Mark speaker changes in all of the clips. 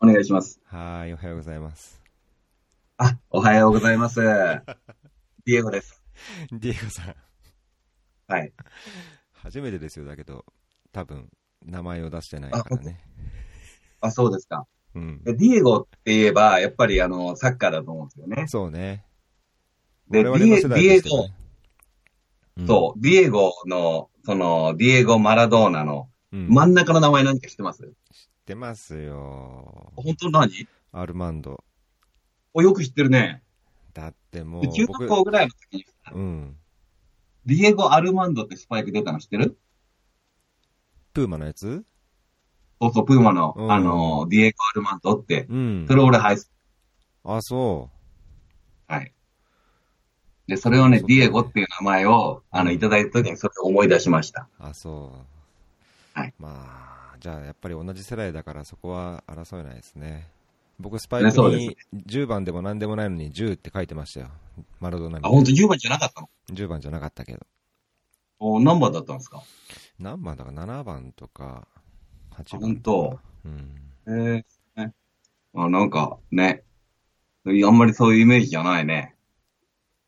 Speaker 1: お願いします。
Speaker 2: はい、おはようございます。
Speaker 1: あ、おはようござい ます。ディエゴです。
Speaker 2: ディエゴさん、
Speaker 1: はい。
Speaker 2: 初めてですよ、だけど、多分名前を出してないからね。
Speaker 1: あ、そうですか。
Speaker 2: うん。
Speaker 1: でディエゴって言えば、やっぱりあの、サッカーだと思うんですよね。
Speaker 2: そうね。
Speaker 1: で
Speaker 2: 我々の世代としてね
Speaker 1: そう、ディエゴの、その、ディエゴ・マラドーナの
Speaker 2: うん。うん
Speaker 1: 真ん中の名前何か知ってます
Speaker 2: 知ってますよ。
Speaker 1: 本当何
Speaker 2: アルマンド。
Speaker 1: お、よく知ってるね。
Speaker 2: だってもう
Speaker 1: で、中
Speaker 2: 僕
Speaker 1: 学、校ぐらいの時に、
Speaker 2: うん。
Speaker 1: ディエゴ・アルマンドってスパイク出たの知ってる
Speaker 2: プーマのやつ
Speaker 1: そうそう、プーマの、
Speaker 2: うん
Speaker 1: あの、ディエゴ・アルマンドって。
Speaker 2: うん
Speaker 1: そ。れ俺ハイス、
Speaker 2: あ、そ
Speaker 1: はい。で、それをね、
Speaker 2: そう
Speaker 1: ディエゴっていう名前を、あの、
Speaker 2: うん
Speaker 1: いただいた時にそれを思い出しました。
Speaker 2: う。あ、そう。
Speaker 1: はい。
Speaker 2: まあ、じゃあやっぱり同じ世代だからそこは争えないですね。僕、スパイ
Speaker 1: ね
Speaker 2: ク
Speaker 1: そうです
Speaker 2: に10番でも何でもないのに10って書いてましたよ。マラドーナみた
Speaker 1: あ、
Speaker 2: いに
Speaker 1: 本当10番じゃなかったの
Speaker 2: 10番じゃなかったけど。
Speaker 1: お何番だったんですか
Speaker 2: 何番だか7番とか8
Speaker 1: 本
Speaker 2: 番と
Speaker 1: 当
Speaker 2: か。うん。
Speaker 1: ええね。あ、なんか、ね。あんまりそういうイメージじゃないね。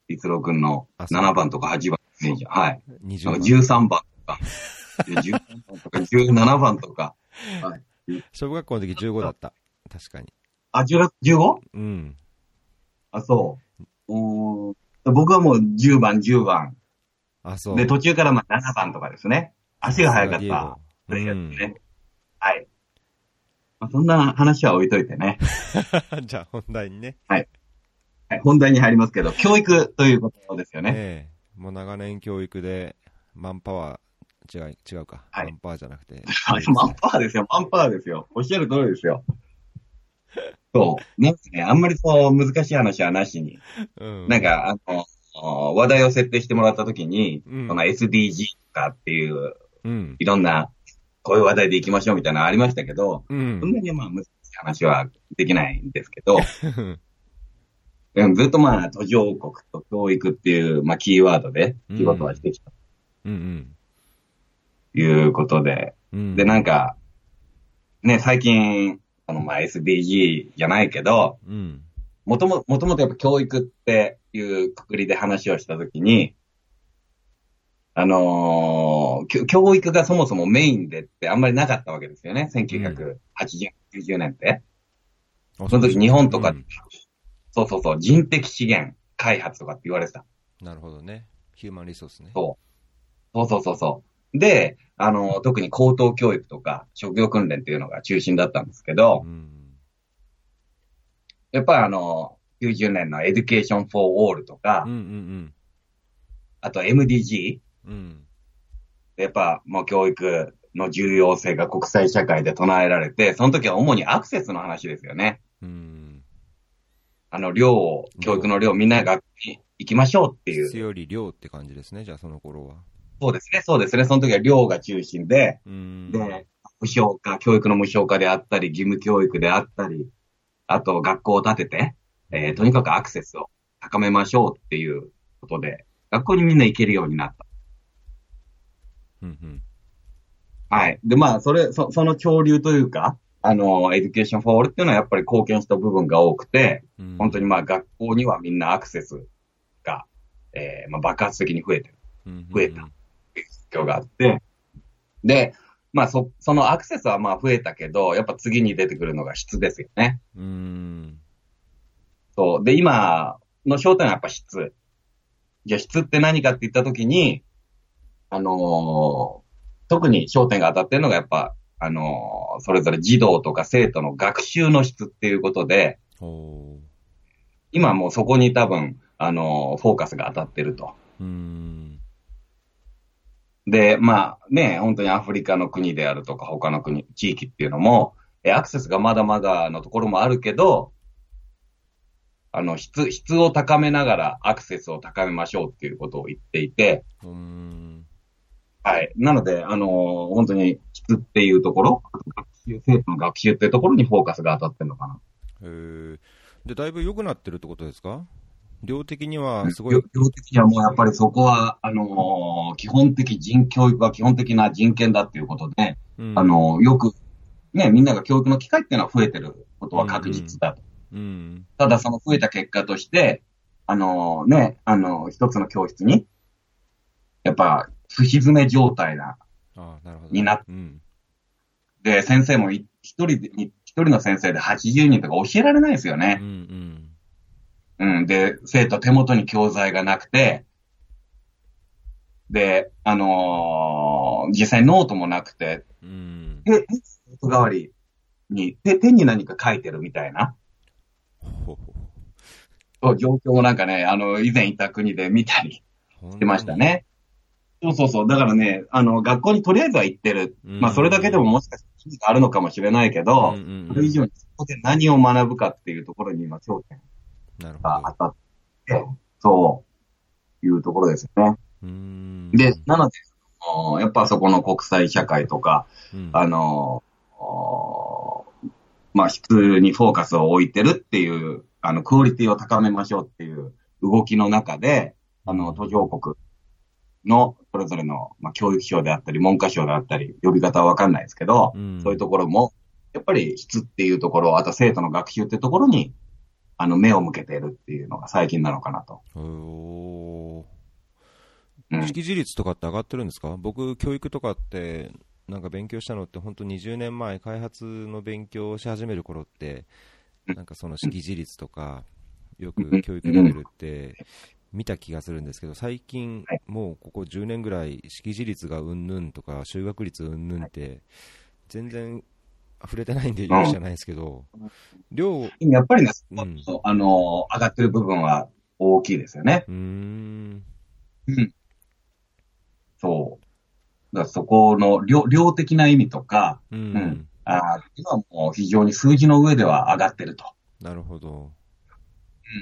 Speaker 1: 逸郎くんの
Speaker 2: あそう
Speaker 1: 7番とか8番のイメージ。はい。
Speaker 2: 20
Speaker 1: なん
Speaker 2: 番
Speaker 1: か。13番とか、いや13番とか17番 とか。
Speaker 2: 小学校の時15だった。確かに。
Speaker 1: あ、16?15?
Speaker 2: うん。
Speaker 1: あ、そう。うーん僕はもう10番、10番。
Speaker 2: あ、そう。
Speaker 1: で、途中からまあ7番とかですね。足が速かっ
Speaker 2: デ
Speaker 1: た。プレイ
Speaker 2: ィエ
Speaker 1: ヤ
Speaker 2: ゴ
Speaker 1: ーですね。はい。まあ、そんな話は置いといてね。
Speaker 2: うん じゃあ本題にね。
Speaker 1: はい、本題に入りますけど、教育ということですよね。
Speaker 2: ええもう長年教育で、マンパワー、違う、違うか。
Speaker 1: はい
Speaker 2: マンパワーじゃなくて。
Speaker 1: あれ、マンパワーですよ、マンパワーですよ。おっしゃる通りですよ。そう。なんかね、あんまりそう、難しい話はなしに。
Speaker 2: うん。
Speaker 1: なん、か、あの、話題を設定してもらったときに、
Speaker 2: うん
Speaker 1: その SDG とかっていう、
Speaker 2: うん。
Speaker 1: いろんな、こういう話題でいきましょうみたいなのありましたけど、
Speaker 2: う
Speaker 1: そん
Speaker 2: ん。
Speaker 1: なにまあ、難しい話はできないんですけど、うんずっとまあ、途上国と教育っていう、まあ、キーワードで仕事はしてきた
Speaker 2: うん。
Speaker 1: ということで、
Speaker 2: うん。
Speaker 1: で、なんか、ね、最近、そのまあ SDG じゃないけど、
Speaker 2: うん。
Speaker 1: もとも、もともとやっぱ教育っていうくくりで話をしたときに、あのーきょ教育がそもそもメインでってあんまりなかったわけですよね。1980、90年って。
Speaker 2: あ
Speaker 1: その時日本とか、
Speaker 2: うん
Speaker 1: そうそうそう、人的資源開発とかって言われてた。
Speaker 2: なるほどね。ヒューマンリソースね。
Speaker 1: そうそうそうそう。で、あのー特に高等教育とか職業訓練っていうのが中心だったんですけど、
Speaker 2: うん。
Speaker 1: やっぱりあの、90年のエデュケーション・フォー・オールとか、
Speaker 2: うんうん
Speaker 1: あと MDG、
Speaker 2: うん。うん。
Speaker 1: やっぱもう教育の重要性が国際社会で唱えられて、その時は主にアクセスの話ですよね。
Speaker 2: うん。
Speaker 1: あの、量を、教育の量、みんな学校に行きましょうってい
Speaker 2: 質
Speaker 1: う。
Speaker 2: より量って感じですね、じゃあその頃は。
Speaker 1: そうですね、そうですね。その時は量が中心で、
Speaker 2: うん。
Speaker 1: で、無償化、教育の無償化であったり、義務教育であったり、あと学校を建てて、えーとにかくアクセスを高めましょうっていうことで、学校にみんな行けるようになった。
Speaker 2: うんうん。
Speaker 1: はい。で、まあ、それ、そその潮流というか、あの、エデュケーションフォーオールっていうのはやっぱり貢献した部分が多くて、
Speaker 2: うん
Speaker 1: 本当にまあ、学校にはみんなアクセスが、えーまあ、爆発的に増えてる増えた。状況があって、で、まあ、そ、そのアクセスはまあ、増えたけど、やっぱ次に出てくるのが質ですよね。
Speaker 2: うんうん。
Speaker 1: そう。で、今の焦点はやっぱ質。じゃあ、質って何かって言ったときに、あのー特に焦点が当たってるのがやっぱ、あのーそれぞれ児童とか生徒の学習の質っていうことで、
Speaker 2: おー
Speaker 1: 今もうそこに多分、あのーフォーカスが当たってると。
Speaker 2: うん。
Speaker 1: で、まあね、本当にアフリカの国であるとか、他の国、地域っていうのも、えアクセスがまだまだのところもあるけど、あの、質、質を高めながらアクセスを高めましょうっていうことを言っていて、
Speaker 2: うん。
Speaker 1: はい。なので、あのー本当に質っていうところ、あと学習、生徒の学習っていうところにフォーカスが当たってるのかな。
Speaker 2: へーで、だいぶ良くなってるってことですか量的にはすごい
Speaker 1: よ。量的にはもうやっぱりそこは、あのー基本的人、教育は基本的な人権だっていうことで、
Speaker 2: うん
Speaker 1: あ、のーよくね、みんなが教育の機会っていうのは増えてることは確実だと。
Speaker 2: うん。
Speaker 1: ただその増えた結果として、あのね、あの一つの教室に、やっぱ、すひ詰め状態な。
Speaker 2: ああ、なるほど。
Speaker 1: にな
Speaker 2: うん。
Speaker 1: で、先生もい一人で、に一人の先生で80人とか教えられないですよ
Speaker 2: うんう
Speaker 1: ね。
Speaker 2: ん。
Speaker 1: うん。で、生徒手元に教材がなくて、で、あのー実際ノートもなくて、
Speaker 2: うん。
Speaker 1: 手、手代わりに、手、手に何か書いてるみたいな。
Speaker 2: ほほほ。
Speaker 1: そう状況もなんかね、あの、以前いた国で見たり
Speaker 2: ほ
Speaker 1: してました。ね。そうそうそう。だからね、あの、学校にとりあえずは行ってる。
Speaker 2: うん
Speaker 1: まあ、それだけでももしかしたら意味があるのかもしれないけど、
Speaker 2: うんうんうん
Speaker 1: それ以上にそこで何を学ぶかっていうところに今焦点
Speaker 2: なるほ
Speaker 1: が
Speaker 2: ど。
Speaker 1: 当たって、そういうところですよね。
Speaker 2: うん。
Speaker 1: で、なので、あのやっぱそこの国際社会とか、
Speaker 2: うん、
Speaker 1: あの、おまあ、質にフォーカスを置いてるっていう、あの、クオリティを高めましょうっていう動きの中で、あの、途上国のそれぞれの、まあ、教育省であったり、文科省であったり、呼び方はわかんないですけど、
Speaker 2: うん
Speaker 1: そういうところも、やっぱり質っていうところ、あと生徒の学習っていうところに、あの、目を向けているっていうのが最近なのかなと。
Speaker 2: おー
Speaker 1: うん
Speaker 2: 識字率とかって上がってるんですか僕、教育とかって、なんか勉強したのって、本当20年前、開発の勉強をし始める頃って、
Speaker 1: うん
Speaker 2: なんかその識字率とか、よ
Speaker 1: うん
Speaker 2: く教育レベルって見た気がするんですけど、最近
Speaker 1: はい、
Speaker 2: もうここ10年ぐらい、識字率がうんぬんとか、修学率うんぬんって、全然触れてないんで、言うじゃないですけど、量、う
Speaker 1: やっぱりね、
Speaker 2: うん
Speaker 1: そうあの、上がってる部分は大きいですよね。
Speaker 2: ーん、
Speaker 1: そう。だからそこの量量的な意味とか、
Speaker 2: う
Speaker 1: うんん、あーっていうのはもう非常に数字の上では上がってると、
Speaker 2: なるほど。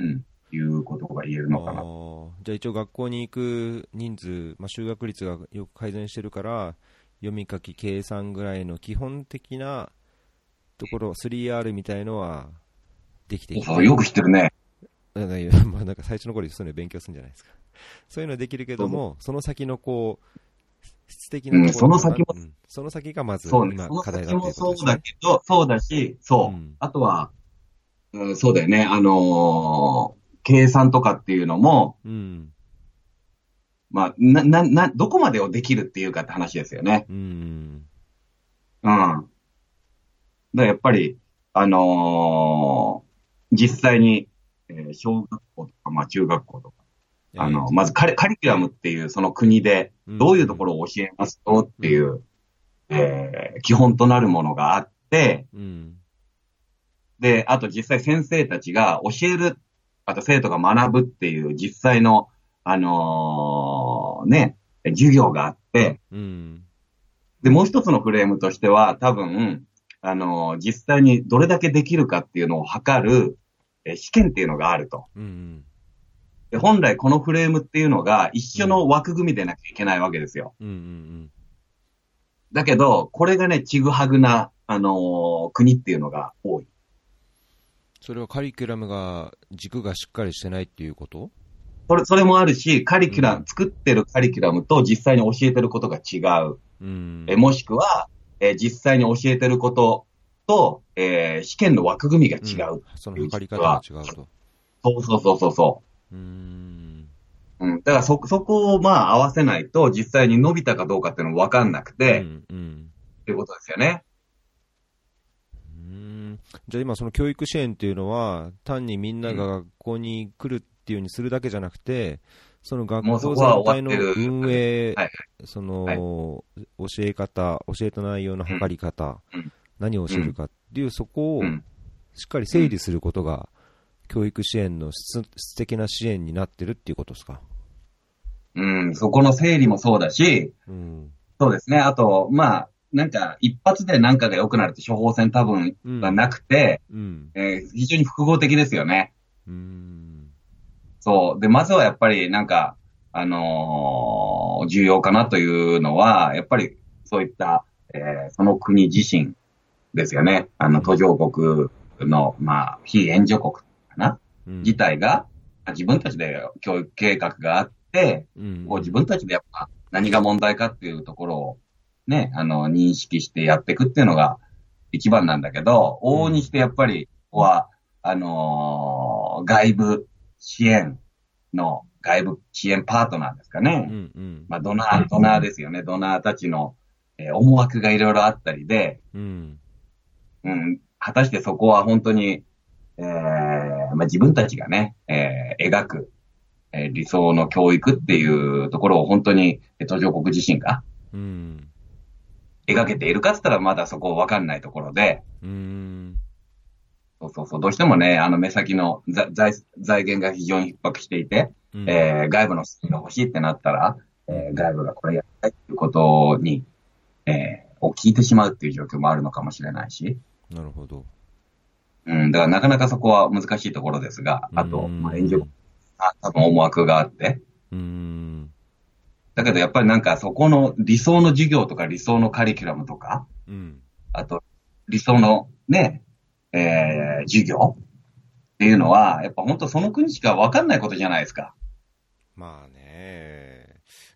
Speaker 1: うん、いうことが言えるのか
Speaker 2: あ
Speaker 1: な。
Speaker 2: ーじゃあ一応学校に行く人数、まあ、修学率がよく改善してるから読み書き計算ぐらいの基本的なところ 3R みたいのはできてい
Speaker 1: そうよく知ってるね。
Speaker 2: あいや まあなんか最初の頃にそういうの勉強するんじゃないですかそういうのはできるけどもその先のこう質的なところ
Speaker 1: うんその先も
Speaker 2: うんその先がまず
Speaker 1: そうね。
Speaker 2: 今
Speaker 1: その
Speaker 2: 課題だ
Speaker 1: 先
Speaker 2: ってい
Speaker 1: もそ
Speaker 2: うことです
Speaker 1: う
Speaker 2: ね
Speaker 1: だけど、そうだし、そう。
Speaker 2: うん
Speaker 1: あとは、うん、そうだよね。あのー計算とかっていうのも、
Speaker 2: うん
Speaker 1: まあ、な、な、な、どこまでをできるっていうかって話ですよね。
Speaker 2: うん
Speaker 1: うん。だからやっぱり、あのー実際に、えー小学校とか、まあ中学校とか、あの、まずカリカリキュラムっていうその国で、どういうとこ
Speaker 2: ろ、
Speaker 1: ろを教えますとっていう、えー基本となるものがあって、
Speaker 2: うん
Speaker 1: で、あと実際先生たちが教える、あと生徒が学ぶっていう実際の、あのーね、授業があって、
Speaker 2: うん
Speaker 1: で、もう一つのフレームとしては、多分、あのー実際にどれだけできるかっていうのを測る、えー試験っていうのがあると。
Speaker 2: うん
Speaker 1: で本来このフレームっていうのが一緒の枠組みでなきゃいけないわけですよ。
Speaker 2: うんうんうん
Speaker 1: だけど、これがね、ちぐはぐな、あのー国っていうのが多い。
Speaker 2: それはカリキュラムが軸がしっかりしてないっていうこと
Speaker 1: それ、それもあるし、カリキュラム、
Speaker 2: うん
Speaker 1: 作ってるカリキュラムと実際に教えてることが違う。
Speaker 2: うん
Speaker 1: えもしくは、え実際に教えてることと、えー試験の枠組みが違う。
Speaker 2: その測り方が違うと
Speaker 1: そうそうそうそうそう
Speaker 2: ーん
Speaker 1: う。うん。だからそ、そこをまあ合わせないと、実際に伸びたかどうかっていうのもわかんなく
Speaker 2: う
Speaker 1: て、っ
Speaker 2: んうん
Speaker 1: ていうことですよね。
Speaker 2: うーんじゃあ今その教育支援っていうのは単にみんなが学校に来るっていうようにするだけじゃなくてその学
Speaker 1: もうそ
Speaker 2: 校
Speaker 1: こは終
Speaker 2: 全体
Speaker 1: わ
Speaker 2: の
Speaker 1: ってる
Speaker 2: 運営
Speaker 1: はい
Speaker 2: その教え方教えた内容の測り方
Speaker 1: うん
Speaker 2: 何を教えるかっていうそこを
Speaker 1: うん。
Speaker 2: しっかり整理することが教育支援の質質的な支援になってるっていうことですか
Speaker 1: うん。そこの整理もそうだし、
Speaker 2: うん
Speaker 1: そうですね。あと、まあ、なんか、一発でなんかが良くなるって処方箋多分がなくて、
Speaker 2: うん
Speaker 1: えー非常に複合的ですよね。
Speaker 2: うーん
Speaker 1: そう。で、まずはやっぱりなんか、あのー重要かなというのは、やっぱりそういった、えーその国自身ですよね。あの、途上国の、まあ、非援助国かな
Speaker 2: うん
Speaker 1: 自体が、自分たちで教育計画があって、
Speaker 2: うん
Speaker 1: こう自分たちでやっぱ何が問題かっていうところをね、あの、認識してやっていくっていうのが、一番なんだけど、往々にしてやっぱり、ここは、あのー外部支援の、外部支援パートナーですかね。
Speaker 2: うんうん
Speaker 1: まあ、ドナー、ドナーですよね。ドナーたちの、えー思惑がいろいろあったりで、
Speaker 2: うん
Speaker 1: うん、果たしてそこは本当に、えーまあ、自分たちがね、えー描く、えー理想の教育っていうところを本当に、えー途上国自身が
Speaker 2: うん
Speaker 1: 描けているかって言ったらまだそこわかんないところで、
Speaker 2: うん
Speaker 1: そうそうそう、どうしてもね、あの目先のざ財財源が非常に逼迫していて、
Speaker 2: うん
Speaker 1: えー外部の資金が欲しいってなったら、えー外部がこれやりたいっていうことに、えーを聞いてしまうっていう状況もあるのかもしれないし、
Speaker 2: なるほど
Speaker 1: うん、だからなかなかそこは難しいところですが、あと、
Speaker 2: うん
Speaker 1: まあ、援助あ多分思惑があって、
Speaker 2: うん
Speaker 1: だけどやっぱりなんかそこの理想の授業とか理想のカリキュラムとか、
Speaker 2: うん
Speaker 1: あと理想のね、えー授業っていうのは、やっぱ本当その国しか分かんないことじゃないですか。
Speaker 2: まあね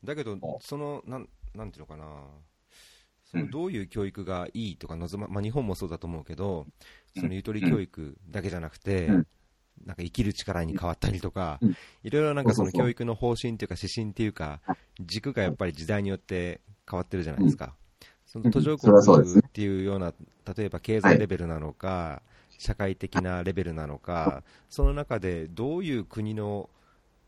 Speaker 2: だけど
Speaker 1: お
Speaker 2: そのなんなんていうのかなそうの
Speaker 1: ん
Speaker 2: どういう教育がいいとか望ま、まあ、日本もそうだと思うけどそ
Speaker 1: うん
Speaker 2: のゆとり教育だけじゃなくて、
Speaker 1: うん
Speaker 2: なんか生きる力に変わったりとか、
Speaker 1: うん
Speaker 2: いろいろなんかその
Speaker 1: そうそうそう
Speaker 2: 教育の方針というか指針っていうか軸がやっぱり時代によって変わってるじゃないですか、その途上
Speaker 1: それはそうで
Speaker 2: 国
Speaker 1: すね
Speaker 2: っていうような例えば経済レベルなのか、社会的なレベルなのかその中でどういう国の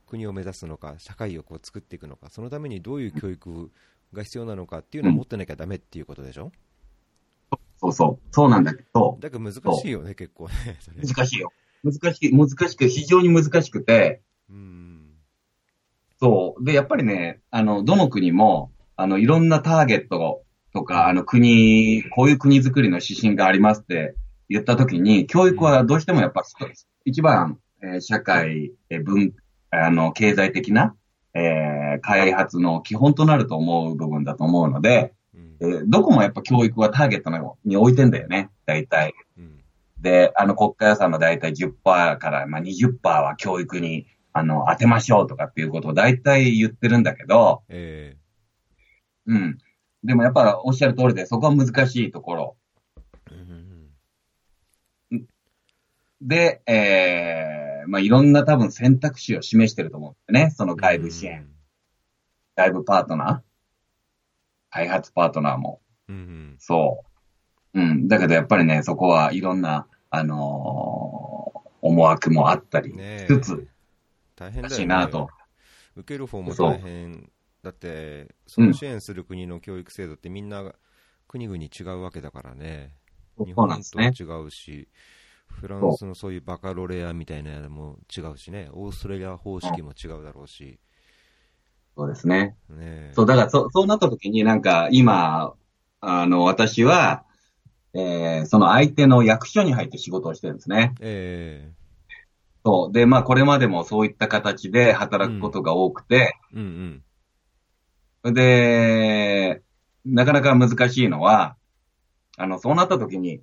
Speaker 2: 国を目指すのか社会をこう作っていくのかそのためにどういう教育が必要なのかっていうのを持ってなきゃダメっていうことでしょ、
Speaker 1: そうそう。そうなんだけど、
Speaker 2: だけど難しいよね結構ねそれ
Speaker 1: 難しいよ。難しい、難しく、非常に難しくて、
Speaker 2: うん
Speaker 1: そう。で、やっぱりね、あの、どの国も、あの、いろんなターゲットとか、あの、国、こういう国づくりの指針がありますって言ったときに、教育はどうしてもやっぱ、一番、えー社会、えー文、あの、経済的な、えー開発の基本となると思う部分だと思うので、
Speaker 2: うん
Speaker 1: えーどこもやっぱ教育はターゲットのに置いてんだよね、大体。
Speaker 2: うん
Speaker 1: で、あの国家予算の大体10%から、まあ、20%は教育にあの当てましょうとかっていうことを大体言ってるんだけど、
Speaker 2: え
Speaker 1: うん。でもやっぱおっしゃる通りで、そこは難しいところ。
Speaker 2: えうん
Speaker 1: で、えー、まあ、いろんな多分選択肢を示してると思うんだよね。その外部支援、外部パートナー、開発パートナーも、
Speaker 2: うんうん
Speaker 1: そう。うん。だけどやっぱりね、そこはいろんな、あのー思惑もあったり
Speaker 2: ね
Speaker 1: し
Speaker 2: え
Speaker 1: つつ、
Speaker 2: 大変だ
Speaker 1: ら
Speaker 2: よ、
Speaker 1: し
Speaker 2: ね、
Speaker 1: いなと。
Speaker 2: 受ける方も
Speaker 1: そう
Speaker 2: 大変だってその支援する国の教育制度ってみんな国々違うわけだからね日
Speaker 1: そう
Speaker 2: 本
Speaker 1: なんです
Speaker 2: と
Speaker 1: ね。
Speaker 2: 違うしフランスのそういうバカロレアみたいなのも違うしねオーストラリア方式も違うだろうし
Speaker 1: そうですね。
Speaker 2: ねえ
Speaker 1: そう、だからそ、そうなった時になんか、今、あの、私は、えーその相手の役所に入って仕事をしてるんですね。
Speaker 2: え
Speaker 1: そう。で、まあ、これまでもそういった形で働くことが多くて、
Speaker 2: えうんうん
Speaker 1: で、なかなか難しいのは、あの、そうなった時に、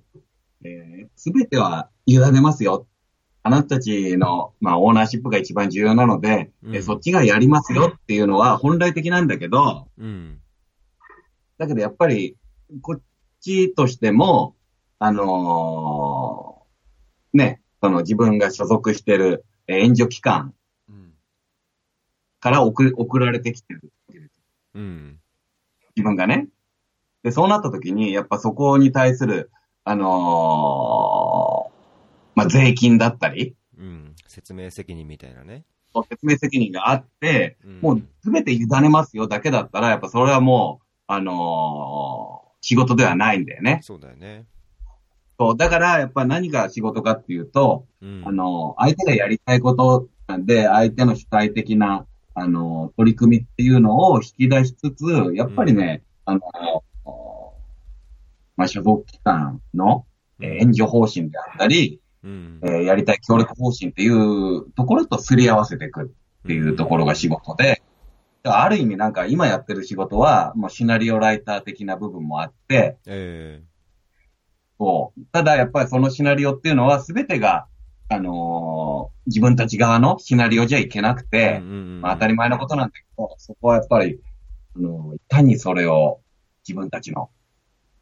Speaker 1: す、べ、ては委ねますよ。あなたたちの、まあ、オーナーシップが一番重要なので、え
Speaker 2: うん
Speaker 1: そっちがやりますよっていうのは本来的なんだけど、
Speaker 2: うん
Speaker 1: だけどやっぱり、こっちとしても、あのーね、その自分が所属してるえー援助機関
Speaker 2: うん
Speaker 1: から送送られてきてる。
Speaker 2: うん
Speaker 1: 自分がね。で、そうなった時に、やっぱそこに対する、あのーまあ、税金だったり、
Speaker 2: うん説明責任みたいなね、
Speaker 1: 説明責任があって、
Speaker 2: うん
Speaker 1: もう全て委ねますよだけだったら、やっぱそれはもう、あのー仕事ではないんだよね。
Speaker 2: そうだよね
Speaker 1: そう。だから、やっぱ何が仕事かっていうと、
Speaker 2: うん
Speaker 1: あの、相手がやりたいことなんで、相手の主体的な、あの、取り組みっていうのを引き出しつつ、やっぱりね、あの、まあ、所属機関の、えー援助方針であったり、
Speaker 2: うん
Speaker 1: えーやりたい協力方針っていうところとすり合わせていくっていうところが仕事で、ある意味なんか今やってる仕事は、もうシナリオライター的な部分もあって、
Speaker 2: ええ
Speaker 1: そう。ただやっぱりそのシナリオっていうのは全てが、あのー自分たち側のシナリオじゃいけなくて、まあ、当たり前のことなんだけど、そこはやっぱり、あのーいかにそれを自分たちの、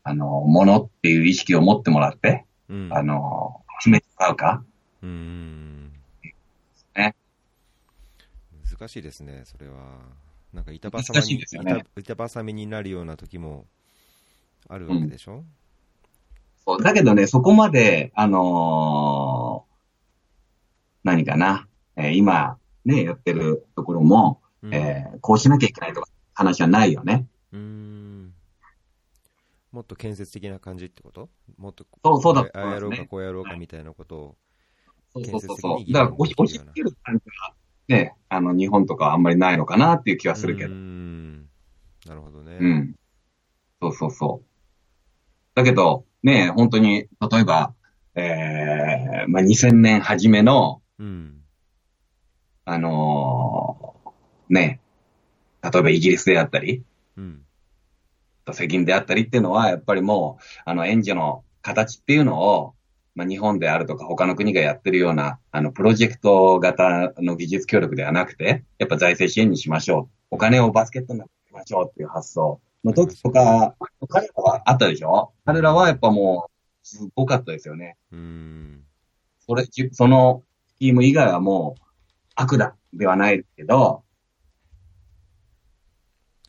Speaker 1: ああの、ものっていう意識を持ってもらって、
Speaker 2: うん。
Speaker 1: あの、決めてもらうか。
Speaker 2: うーん。
Speaker 1: ね。
Speaker 2: 難しいですね、それは。なんか板挟
Speaker 1: 難
Speaker 2: み
Speaker 1: しい
Speaker 2: に、
Speaker 1: ですよね
Speaker 2: 板板挟みになるような時もあるわけでしょ、
Speaker 1: そうだけどね、そこまで、あのー何かな、えー今、ね、やってるところも、
Speaker 2: うん、
Speaker 1: えーこうしなきゃいけないとか話はないよね。
Speaker 2: うーんもっと建設的な感じってこともっと
Speaker 1: そうそうだ
Speaker 2: ああやろう
Speaker 1: そうです
Speaker 2: か
Speaker 1: ね
Speaker 2: こうやろうかみたいなことを、
Speaker 1: そうそうそう
Speaker 2: 建設的
Speaker 1: そう。
Speaker 2: に
Speaker 1: だから押し、押し付ける感じは、ね、あの、日本とかはあんまりないのかなっていう気はするけど
Speaker 2: うー。んなるほどね、
Speaker 1: うん。そうそうそう。だけど、ね、本当に、例えば、えー、まあ、2000年初めの、
Speaker 2: うん
Speaker 1: あのーね、例えばイギリスであったり、
Speaker 2: うん
Speaker 1: 責任であったりっていうのは、やっぱりもう、あの、援助の形っていうのを、まあ、日本であるとか他の国がやってるような、あの、プロジェクト型の技術協力ではなくて、やっぱ財政支援にしましょう。お金をバスケットになってましょうっていう発想の時とか、彼らはあったでしょ彼らはやっぱもう、すごかったですよね。
Speaker 2: うーん
Speaker 1: それ、じそのスキーム以外はもう、悪だではないけど、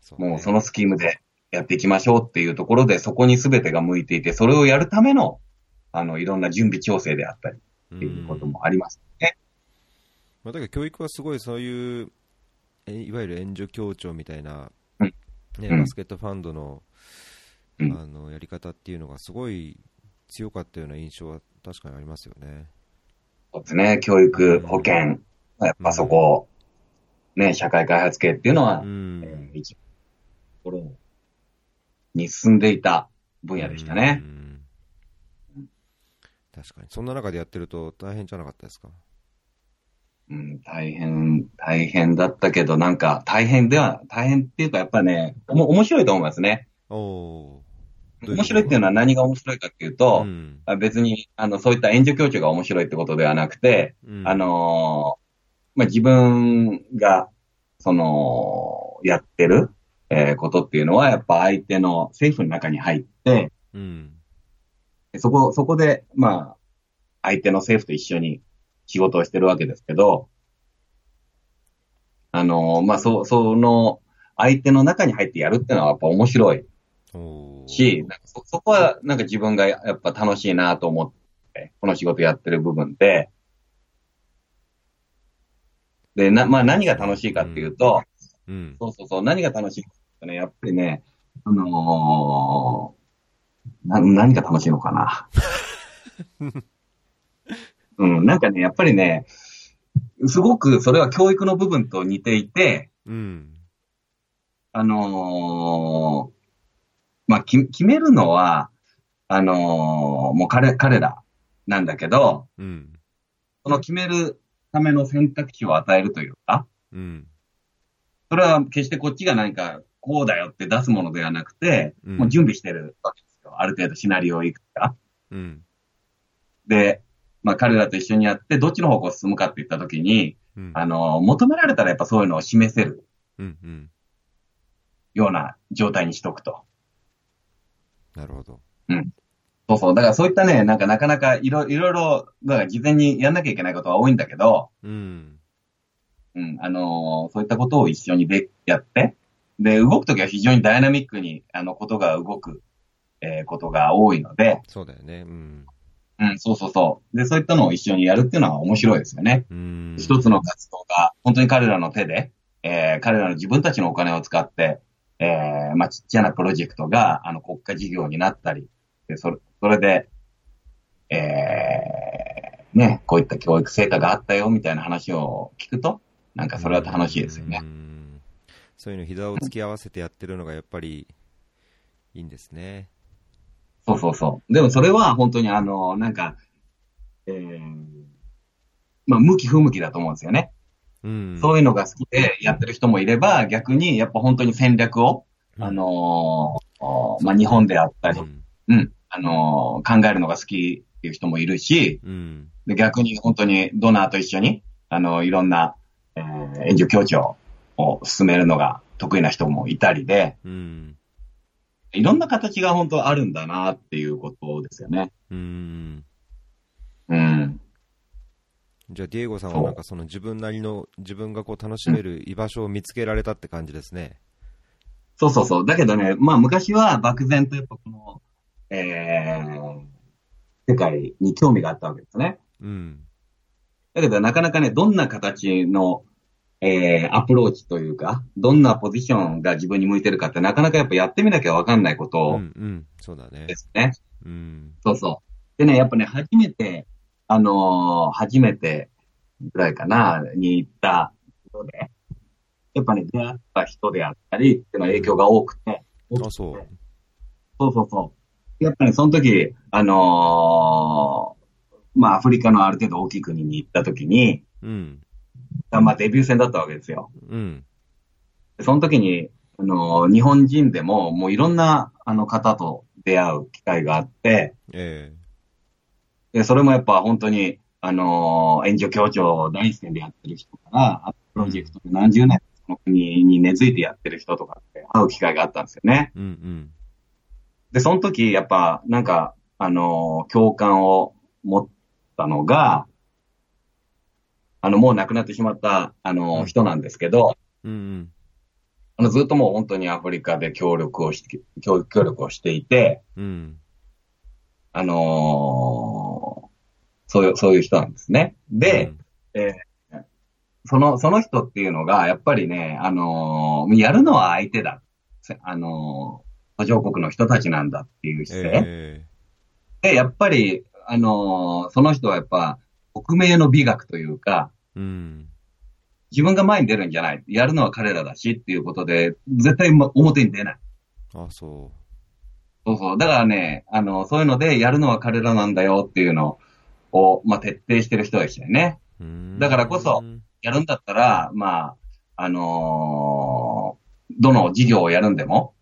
Speaker 2: そね
Speaker 1: もうそのスキームでやっていきましょうっていうところで、そこに全てが向いていて、それをやるための、あの、いろんな準備調整であったりっていうこと
Speaker 2: うん
Speaker 1: もありますね。
Speaker 2: まあ、だから教育はすごいそういうえいわゆる援助協調みたいな、
Speaker 1: うん
Speaker 2: ね
Speaker 1: うん
Speaker 2: バスケットファンドの,、
Speaker 1: うん
Speaker 2: あのやり方っていうのがすごい強かったような印象は確かにありますよね
Speaker 1: そうですね。教育、保険、やっぱそこ、ね、社会開発系っていうのは
Speaker 2: う、
Speaker 1: え
Speaker 2: ん
Speaker 1: ー一ところに進んでいた分野でしたね
Speaker 2: う。ん確かにそんな中でやってると大変じゃなかったですか
Speaker 1: うん、大変、大変だったけど、なんか、大変では、大変っていうか、やっぱね、おも面白いと思いますね。
Speaker 2: おお
Speaker 1: 面白いっていうのは何が面白いかっていうと、
Speaker 2: うん
Speaker 1: あ別に、あの、そういった援助協調が面白いってことではなくて、
Speaker 2: うん
Speaker 1: あのーまあ、自分が、その、やってる、えーことっていうのは、やっぱ相手の政府の中に入って、
Speaker 2: うん
Speaker 1: そこ、そこで、まあ、相手の政府と一緒に仕事をしてるわけですけど、あのーまあ、そ、その、相手の中に入ってやるっていうのはやっぱ面白い
Speaker 2: おー
Speaker 1: し、なんかそそこはなんか自分がやっぱ楽しいなと思って、この仕事やってる部分で、で、な、まあ何が楽しいかっていうと、
Speaker 2: うん
Speaker 1: そうそうそう、何が楽しいかってね、やっぱりね、あのーな、何が楽しいのかな。うん、なんかね、やっぱりね、すごくそれは教育の部分と似ていて、
Speaker 2: うん
Speaker 1: あのーまあ、き決めるのは、あのーもう彼、彼らなんだけど、
Speaker 2: うん
Speaker 1: その決めるための選択肢を与えるというか、
Speaker 2: うん
Speaker 1: それは決してこっちが何かこうだよって出すものではなくて、
Speaker 2: うん
Speaker 1: もう準備してるわけですよ。ある程度シナリオをいくつか。
Speaker 2: うん
Speaker 1: で、まあ、彼らと一緒にやって、どっちの方向進むかって言ったときに、
Speaker 2: うん
Speaker 1: あのー求められたらやっぱそういうのを示せる
Speaker 2: うんうん
Speaker 1: ような状態にしとくと。
Speaker 2: なるほど
Speaker 1: そうそう。だからそういったね、なんかなかなかいろいろいろ、だから事前にやんなきゃいけないことは多いんだけど、
Speaker 2: うん
Speaker 1: うん、あのーそういったことを一緒にで、やって、で、動くときは非常にダイナミックに、あの、ことが動く、えーことが多いので、
Speaker 2: そうだよねうん
Speaker 1: うん、そうそうそう。で、そういったのを一緒にやるっていうのは面白いですよね。
Speaker 2: うん
Speaker 1: 一つの活動が、本当に彼らの手で、えー彼らの自分たちのお金を使って、えーまあ、ちっちゃなプロジェクトが、あの、国家事業になったり、で、それ、それで、えーね、こういった教育成果があったよ、みたいな話を聞くと、なんかそれは楽しいですよね
Speaker 2: う。んそういうの膝を突き合わせてやってるのがやっぱりいいんですね
Speaker 1: そうそうそう。でもそれは本当にあの、なんか、えーまあ、向き不向きだと思うんですよね。
Speaker 2: うん
Speaker 1: そういうのが好きでやってる人もいれば、逆にやっぱ本当に戦略を、
Speaker 2: うん
Speaker 1: あのーおまあ、日本であったり、
Speaker 2: うん
Speaker 1: うん、あのー考えるのが好きっていう人もいるし、
Speaker 2: うん
Speaker 1: で逆に本当にドナーと一緒に、あのいろんな、えー援助協調を進めるのが得意な人もいたりで、
Speaker 2: うん
Speaker 1: いろんな形が本当あるんだなっていうことですよね。
Speaker 2: うーん。
Speaker 1: うん。
Speaker 2: じゃあ、ディエゴさんはなんかその自分なりの、自分がこう楽しめる居場所を見つけられたって感じですね。
Speaker 1: そうそうそう。だけどね、まあ昔は漠然とやっぱこの、えー、世界に興味があったわけですね。
Speaker 2: うん。
Speaker 1: だけどなかなかね、どんな形の、えー、アプローチというか、どんなポジションが自分に向いてるかってなかなかやっぱやってみなきゃわかんないこ
Speaker 2: うんう
Speaker 1: と
Speaker 2: ん。そうだね
Speaker 1: で。すね。
Speaker 2: うん。
Speaker 1: そうそう。でね、やっぱね、初めて、あのー初めてぐらいかな、に行ったことで、やっぱね、出会った人であったりっていうのは影響が多くて、
Speaker 2: あ、そう。
Speaker 1: そうそうそう。やっぱりその時、あのーまあアフリカのある程度大きい国に行った時に、
Speaker 2: うん。
Speaker 1: まあデビュー戦だったわけですよ。
Speaker 2: うん。
Speaker 1: でその時に、あのー日本人でももういろんなあの方と出会う機会があって、
Speaker 2: え
Speaker 1: で、それもやっぱ本当に、あのー援助協調を第一線でやってる人から、あプロジェクトで何十年その国に根付いてやってる人とかって会う機会があったんですよね。
Speaker 2: えうん
Speaker 1: で、その時、やっぱ、なんか、あのー共感を持ったのが、あの、もう亡くなってしまった、あのー
Speaker 2: うん
Speaker 1: 人なんですけど、
Speaker 2: うん。うんうん。
Speaker 1: あの、ずっともう本当にアフリカで協力をして、協協力をしていて、
Speaker 2: うん。
Speaker 1: あのーそういう、そういう人なんですね。で、
Speaker 2: うん、
Speaker 1: その、その人っていうのが、やっぱりね、あのーやるのは相手だ。せあのー途上国の人たちなんだっていう姿勢。
Speaker 2: え
Speaker 1: で、やっぱり、あのーその人はやっぱ、匿名の美学というか、
Speaker 2: えうん。
Speaker 1: 自分が前に出るんじゃない。やるのは彼らだしっていうことで、絶対も表に出ない。
Speaker 2: あ、そ
Speaker 1: そうそう。だからね、あのそういうので、やるのは彼らなんだよっていうのを、まあ、徹底してる人でしたよね。
Speaker 2: う。うん
Speaker 1: だからこそやるんだったら、まあ、あのーどの事業をやるんでも、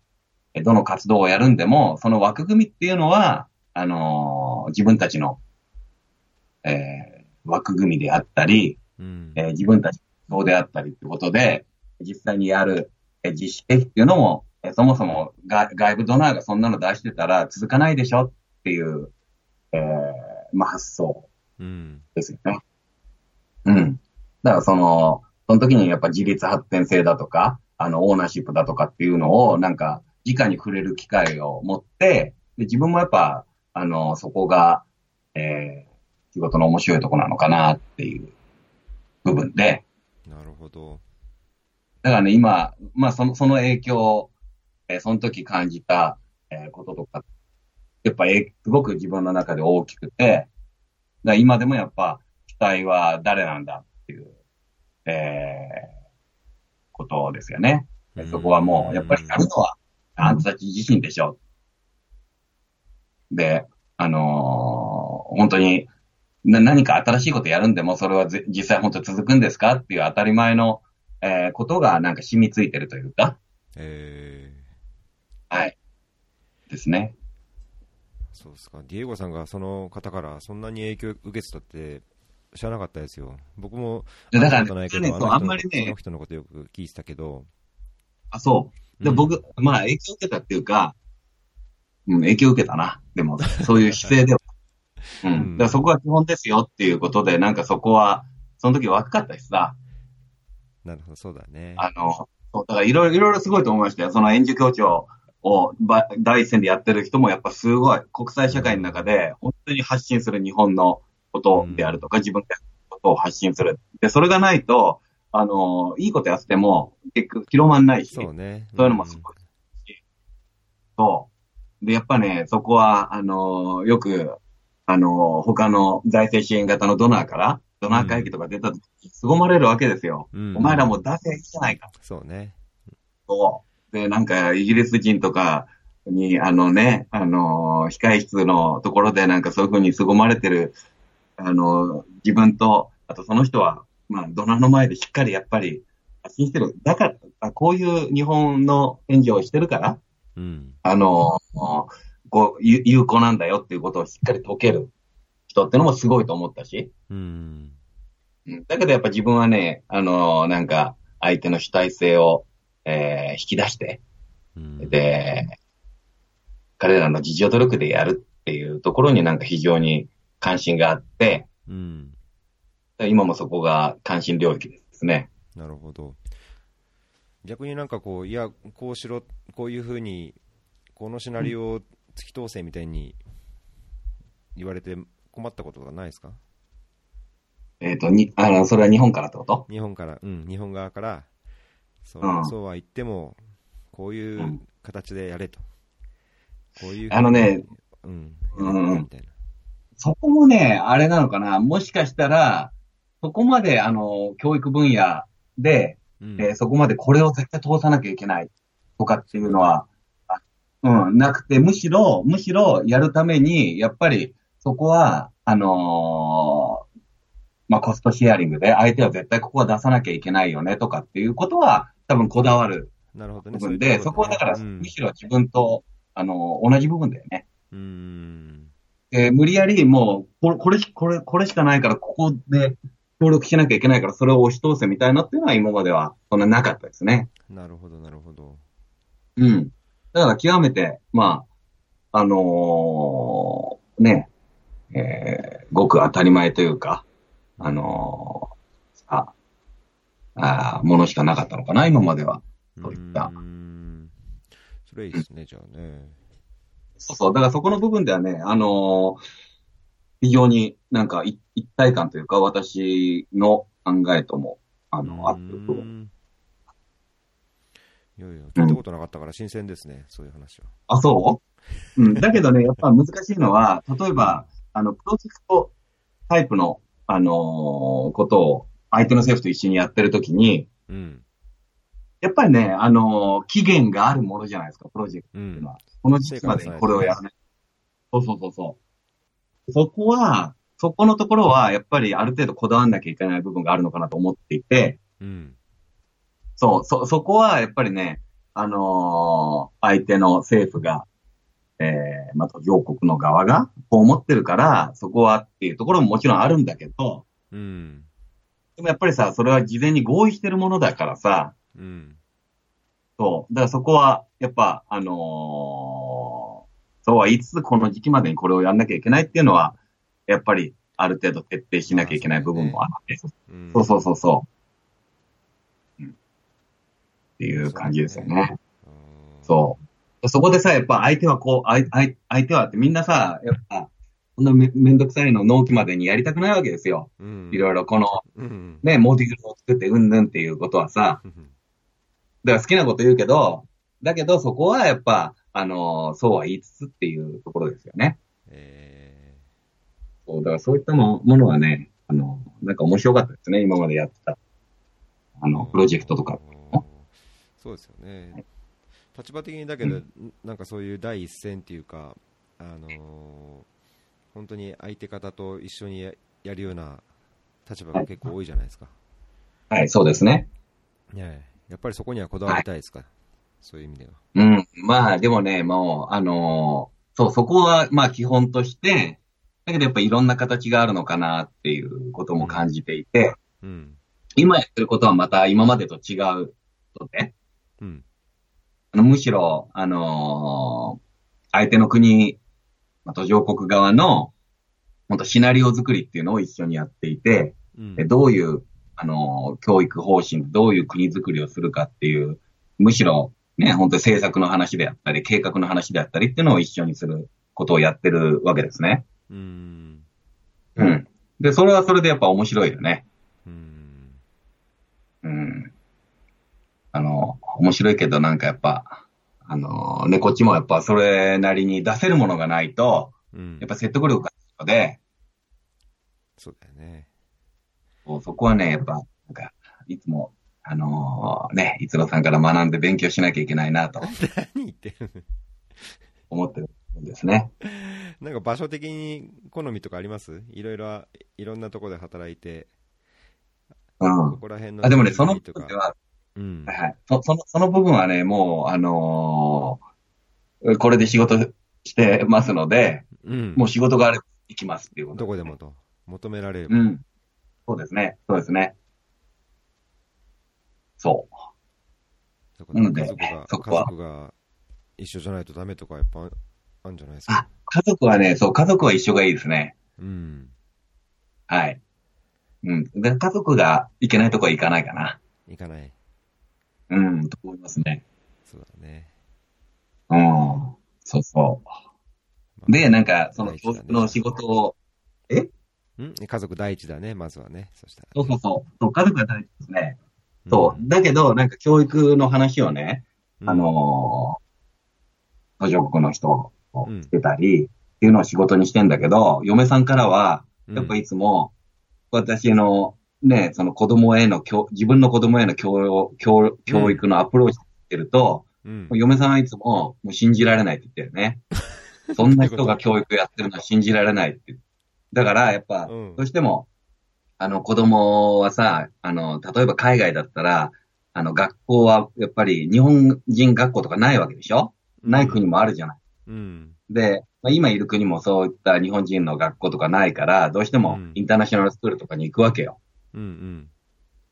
Speaker 1: えどの活動をやるんでも、その枠組みっていうのは、あのー自分たちの、えー枠組みであったり、
Speaker 2: うん。
Speaker 1: えー自分たちの活動であったりということで、実際にやる、えー実施的っていうのも、えーそもそもが外部ドナーがそんなの出してたら続かないでしょっていう、えーまあ、発想
Speaker 2: うん。
Speaker 1: ですよね。うん。だからその、その時にやっぱ自立発展性だとか、あの、オーナーシップだとかっていうのを、なんか、直に触れる機会を持って、で、自分もやっぱ、あの、そこが、えー、仕事の面白いとこなのかなっていう部分で、
Speaker 2: なるほど。
Speaker 1: だからね、今、まあ、その、その影響を、えーその時感じた、えーこととか、やっぱ、えーすごく自分の中で大きくて、だから今でもやっぱ、期待は誰なんだっていう、えーことですよね。でそこはもう、やっぱりやるのは、あんたたち自身でしょ。で、あのー本当にな、何か新しいことやるんでも、それはぜ実際本当続くんですかっていう当たり前の、えーことがなんか染みついてるというか、
Speaker 2: ええ
Speaker 1: はい。ですね。
Speaker 2: そうですか。ディエゴさんがその方からそんなに影響受けてたって知らなかったですよ。僕も、
Speaker 1: でだから
Speaker 2: 会ったことないけど
Speaker 1: ね、そう、
Speaker 2: あ
Speaker 1: あ
Speaker 2: の人の
Speaker 1: んまり
Speaker 2: そ
Speaker 1: ね
Speaker 2: の、人のことよく聞いてたけど。
Speaker 1: あ、そう。で、
Speaker 2: うん、
Speaker 1: 僕、まあ、影響受けたっていうか、うん、影響受けたな。でも、そういう姿勢 では。う
Speaker 2: うん
Speaker 1: ん。だからそこは基本ですよっていうことで、なんかそこは、その時若かったしさ、
Speaker 2: なるほど、そうだね。
Speaker 1: あの、そうだからいろいろ、いろいろすごいと思いましたよ。その演じ協調をば第一線でやってる人もやっぱすごい、国際社会の中で本当に発信する日本のことであるとか、自分でことを発信する。で、それがないと、あの、いいことやってても結局広まんないし、
Speaker 2: そうね。
Speaker 1: そういうのもすごいし、そう。で、やっぱね、そこは、あのーよく、あのー他の財政支援型のドナーから、ドナー会議とか出た時、凄まれるわけですよ。
Speaker 2: うん、うん
Speaker 1: お前らもう出せいいじゃないか。
Speaker 2: そうね。
Speaker 1: そう。で、なんか、イギリス人とかに、あのね、あのー控室のところでなんかそういうふうに凄まれてる、あのー自分と、あとその人は、まあ、ドナーの前でしっかりやっぱり発信してる。だから、あこういう日本の援助をしてるから、
Speaker 2: うん。
Speaker 1: あのーこう、有有効なんだよっていうことをしっかり解ける人ってのもすごいと思ったし。
Speaker 2: うん。
Speaker 1: うんだけどやっぱ自分はね、あのーなんか、相手の主体性を、えー引き出して、
Speaker 2: うん、
Speaker 1: で、彼らの自助努力でやるっていうところになんか非常に関心があって、
Speaker 2: うん。
Speaker 1: 今もそこが関心領域ですね。
Speaker 2: なるほど。逆になんかこう、いや、こうしろ、こういうふうに、このシナリオを突き通せみたいに言われて困ったことがないですか
Speaker 1: えっ、と、に、あの、それは日本からってこと
Speaker 2: 日本から、うん、日本側から、そう,、
Speaker 1: うん
Speaker 2: そうは言っても、こうい
Speaker 1: うん
Speaker 2: う形でやれと。こういうふうに
Speaker 1: あのね、
Speaker 2: うん、
Speaker 1: うん
Speaker 2: みたいな。
Speaker 1: そこもね、あれなのかなもしかしたら、そこまで、あの、教育分野で、
Speaker 2: うん、
Speaker 1: えーそこまでこれを絶対通さなきゃいけないとかっていうのは、あうん、なくて、むしろ、むしろやるために、やっぱりそこは、あのーまあ、コストシェアリングで、相手は絶対ここは出さなきゃいけないよねとかっていうことは、多分こだわる
Speaker 2: なるほ
Speaker 1: 部
Speaker 2: どね。
Speaker 1: 分
Speaker 2: いう
Speaker 1: で、
Speaker 2: と
Speaker 1: そこ
Speaker 2: ころ
Speaker 1: は
Speaker 2: ね
Speaker 1: だから、
Speaker 2: うん
Speaker 1: むしろ自分と、あのー同じ部分だよね。
Speaker 2: うん。
Speaker 1: で、無理やりもう、これ、これ、これ、これしかないから、ここで協力しなきゃいけないから、それを押し通せみたいなっていうのは今まではそんななかったですね。
Speaker 2: なるほど、なるほど。
Speaker 1: うん。だから極めて、まあ、あのーね、えーごく当たり前というか、あのーあ、あーものしかなかったのかな、今までは。そういった
Speaker 2: うん。それいいですね、じゃあね。
Speaker 1: そうそう。だからそこの部分ではね、あのー非常になんかい一体感というか、私の考えとも、あの、合ってる部
Speaker 2: う
Speaker 1: 分。
Speaker 2: んいやいや、聞いたことなかったから新鮮ですね、そういう話は。
Speaker 1: あ、そううん。だけどね、やっぱ難しいのは、例えば、あの、プロジェクトタイプの、あのーことを相手の政府と一緒にやってるときに、
Speaker 2: うん。
Speaker 1: やっぱりね、あのー期限があるものじゃないですか、プロジェクト
Speaker 2: う
Speaker 1: っていうの
Speaker 2: ん。
Speaker 1: は。この時期までにこれをやらない。そうそうそうそう。そこは、そこのところは、やっぱりある程度こだわんなきゃいけない部分があるのかなと思っていて、
Speaker 2: うん。
Speaker 1: そう、そ、そこはやっぱりね、あのー相手の政府が、えー、また両国の側が、こう思ってるから、そこはっていうところももちろんあるんだけど、
Speaker 2: うん。
Speaker 1: でもやっぱりさ、それは事前に合意してるものだからさ、
Speaker 2: うん。
Speaker 1: そう。だからそこは、やっぱ、あのーそうは言いつつ、この時期までにこれをやんなきゃいけないっていうのは、やっぱり、ある程度徹底しなきゃいけない部分もあって、そう
Speaker 2: うん
Speaker 1: そうそうそうそう、うん。っていう感じですよね。そう。そこでさ、やっぱ相手はこう、あいあい相手はってみんなさ、やっぱ、こんなめめんどくさいの納期までにやりたくないわけですよ。
Speaker 2: うん。
Speaker 1: いろいろこの、
Speaker 2: うん。
Speaker 1: ね、モディルを作ってうんぬんっていうことはさ、
Speaker 2: うん。
Speaker 1: だから好きなこと言うけど、だけどそこはやっぱ、あのーそうは言いつつっていうところですよね。
Speaker 2: え
Speaker 1: そう、だからそういったもものはね、あの、なんか面白かったですね、今までやってた。あ
Speaker 2: ー
Speaker 1: の、プロジェクトとか。。
Speaker 2: そうですよね。立場的にだけど、なんかそういう第一線っていうか、あのー本当に相手方と一緒にややるような立場が結構多いじゃないですか。
Speaker 1: はい、そうですね。
Speaker 2: ねえやっぱりそこにはこだわりたいですか、そういう意味では。
Speaker 1: うん。まあ、でもね、もう、あのーそう、そこは、まあ、基本として、だけどやっぱいろんな形があるのかなっていうことも感じていて、
Speaker 2: うん。
Speaker 1: 今やってることはまた今までと違うことで、
Speaker 2: うん。
Speaker 1: あのむしろ、あのー相手の国、まあ、途上国側の、本当シナリオ作りっていうのを一緒にやっていて、
Speaker 2: うん
Speaker 1: でどういう、あのー教育方針、どういう国づくりをするかっていう、むしろ、ね、本当に政策の話であったり、計画の話であったりっていうのを一緒にすることをやってるわけですね。
Speaker 2: うん。
Speaker 1: うん。で、それはそれでやっぱ面白いよね。
Speaker 2: うん。
Speaker 1: うん。あの、面白いけど、なんかやっぱ、あの、ね、こっちもやっぱそれなりに出せるものがないと、
Speaker 2: うん
Speaker 1: やっぱ説得力があるので、
Speaker 2: そうだよね。
Speaker 1: こうそこはね、やっぱ、なんか、いつも、あのね、逸郎さんから学んで勉強しなきゃいけないなと
Speaker 2: 何言ってる
Speaker 1: 思ってるんですね。
Speaker 2: なんか場所的に好みとかありますいろいろ、いろんなとこで働いて、
Speaker 1: うん
Speaker 2: こ。こら辺の。
Speaker 1: あでもね、その部
Speaker 2: と
Speaker 1: 分で
Speaker 2: か。
Speaker 1: は、
Speaker 2: うん
Speaker 1: は。いはいそその、その部分はね、もう、あのーこれで仕事してますので、
Speaker 2: うん。
Speaker 1: もう仕事があれば行きますっていうこと
Speaker 2: どこでもと。求められれば。
Speaker 1: うん。そうですね。そうですね。そう。
Speaker 2: だから
Speaker 1: なので
Speaker 2: 家族が、
Speaker 1: そ
Speaker 2: 家
Speaker 1: こは
Speaker 2: 族が一緒じゃないとダメとか、やっぱあるんじゃないです
Speaker 1: あ
Speaker 2: か。、
Speaker 1: 家族はね、そう、家族は一緒がいいですね。
Speaker 2: うん。
Speaker 1: はい。うん。で家族が行けないとこは行かないかな。
Speaker 2: 行かない。
Speaker 1: うん、と思いますね。
Speaker 2: そうだね。
Speaker 1: うん。そうそ
Speaker 2: ま
Speaker 1: う。
Speaker 2: あ
Speaker 1: で、なんか、その、
Speaker 2: 第一
Speaker 1: 教
Speaker 2: だね
Speaker 1: 室の仕事を、
Speaker 2: ん家族第一だね、まずはね。そしたら。
Speaker 1: そうそうそう。そう家族が大事ですね。
Speaker 2: うん
Speaker 1: そう。だけど、なんか教育の話をね、
Speaker 2: うん
Speaker 1: あのー、途上国の人を
Speaker 2: うん
Speaker 1: してたり、っていうのを仕事にしてんだけど、嫁さんからは、やっぱいつも、私の、ね、その子供への教、自分の子供への教教教育のアプローチしてると、
Speaker 2: うん
Speaker 1: もう嫁さんはいつも、もう信じられないって言ってる ね。そんな人が教育やってるのは信じられないって。だから、やっぱ、
Speaker 2: うん
Speaker 1: どうしても、あの、子供はさ、あの、例えば海外だったら、あの、学校は、やっぱり日本人学校とかないわけでしょない国もあるじゃない。
Speaker 2: うん。
Speaker 1: で、まあ、今いる国もそういった日本人の学校とかないから、どうして
Speaker 2: う
Speaker 1: も
Speaker 2: ん
Speaker 1: インターナショナルスクールとかに行くわけよ。
Speaker 2: うんうん。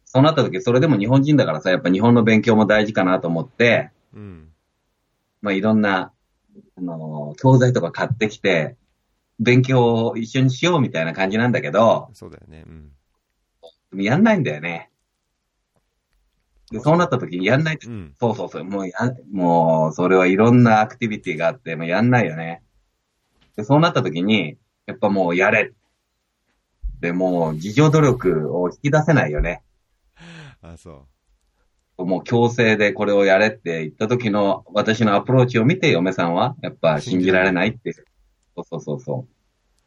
Speaker 1: そうなった時、それでも日本人だからさ、やっぱ日本の勉強も大事かなと思って、
Speaker 2: うん。
Speaker 1: まあ、いろんな、あのー教材とか買ってきて、勉強を一緒にしようみたいな感じなんだけど、
Speaker 2: そうだよね。うん。
Speaker 1: でもやんないんだよね。で、そうなった時にやんないと、
Speaker 2: うん。
Speaker 1: そうそうそう、もうやん、もう、それはいろんなアクティビティがあって、もうやんないよね。で、そうなった時に、やっぱもうやれ。で、もう、自助努力を引き出せないよね。
Speaker 2: あ、そ
Speaker 1: もう強制でこれをやれって言った時の私のアプローチを見て嫁さんはやっぱ信じられないって。そうそうそうそ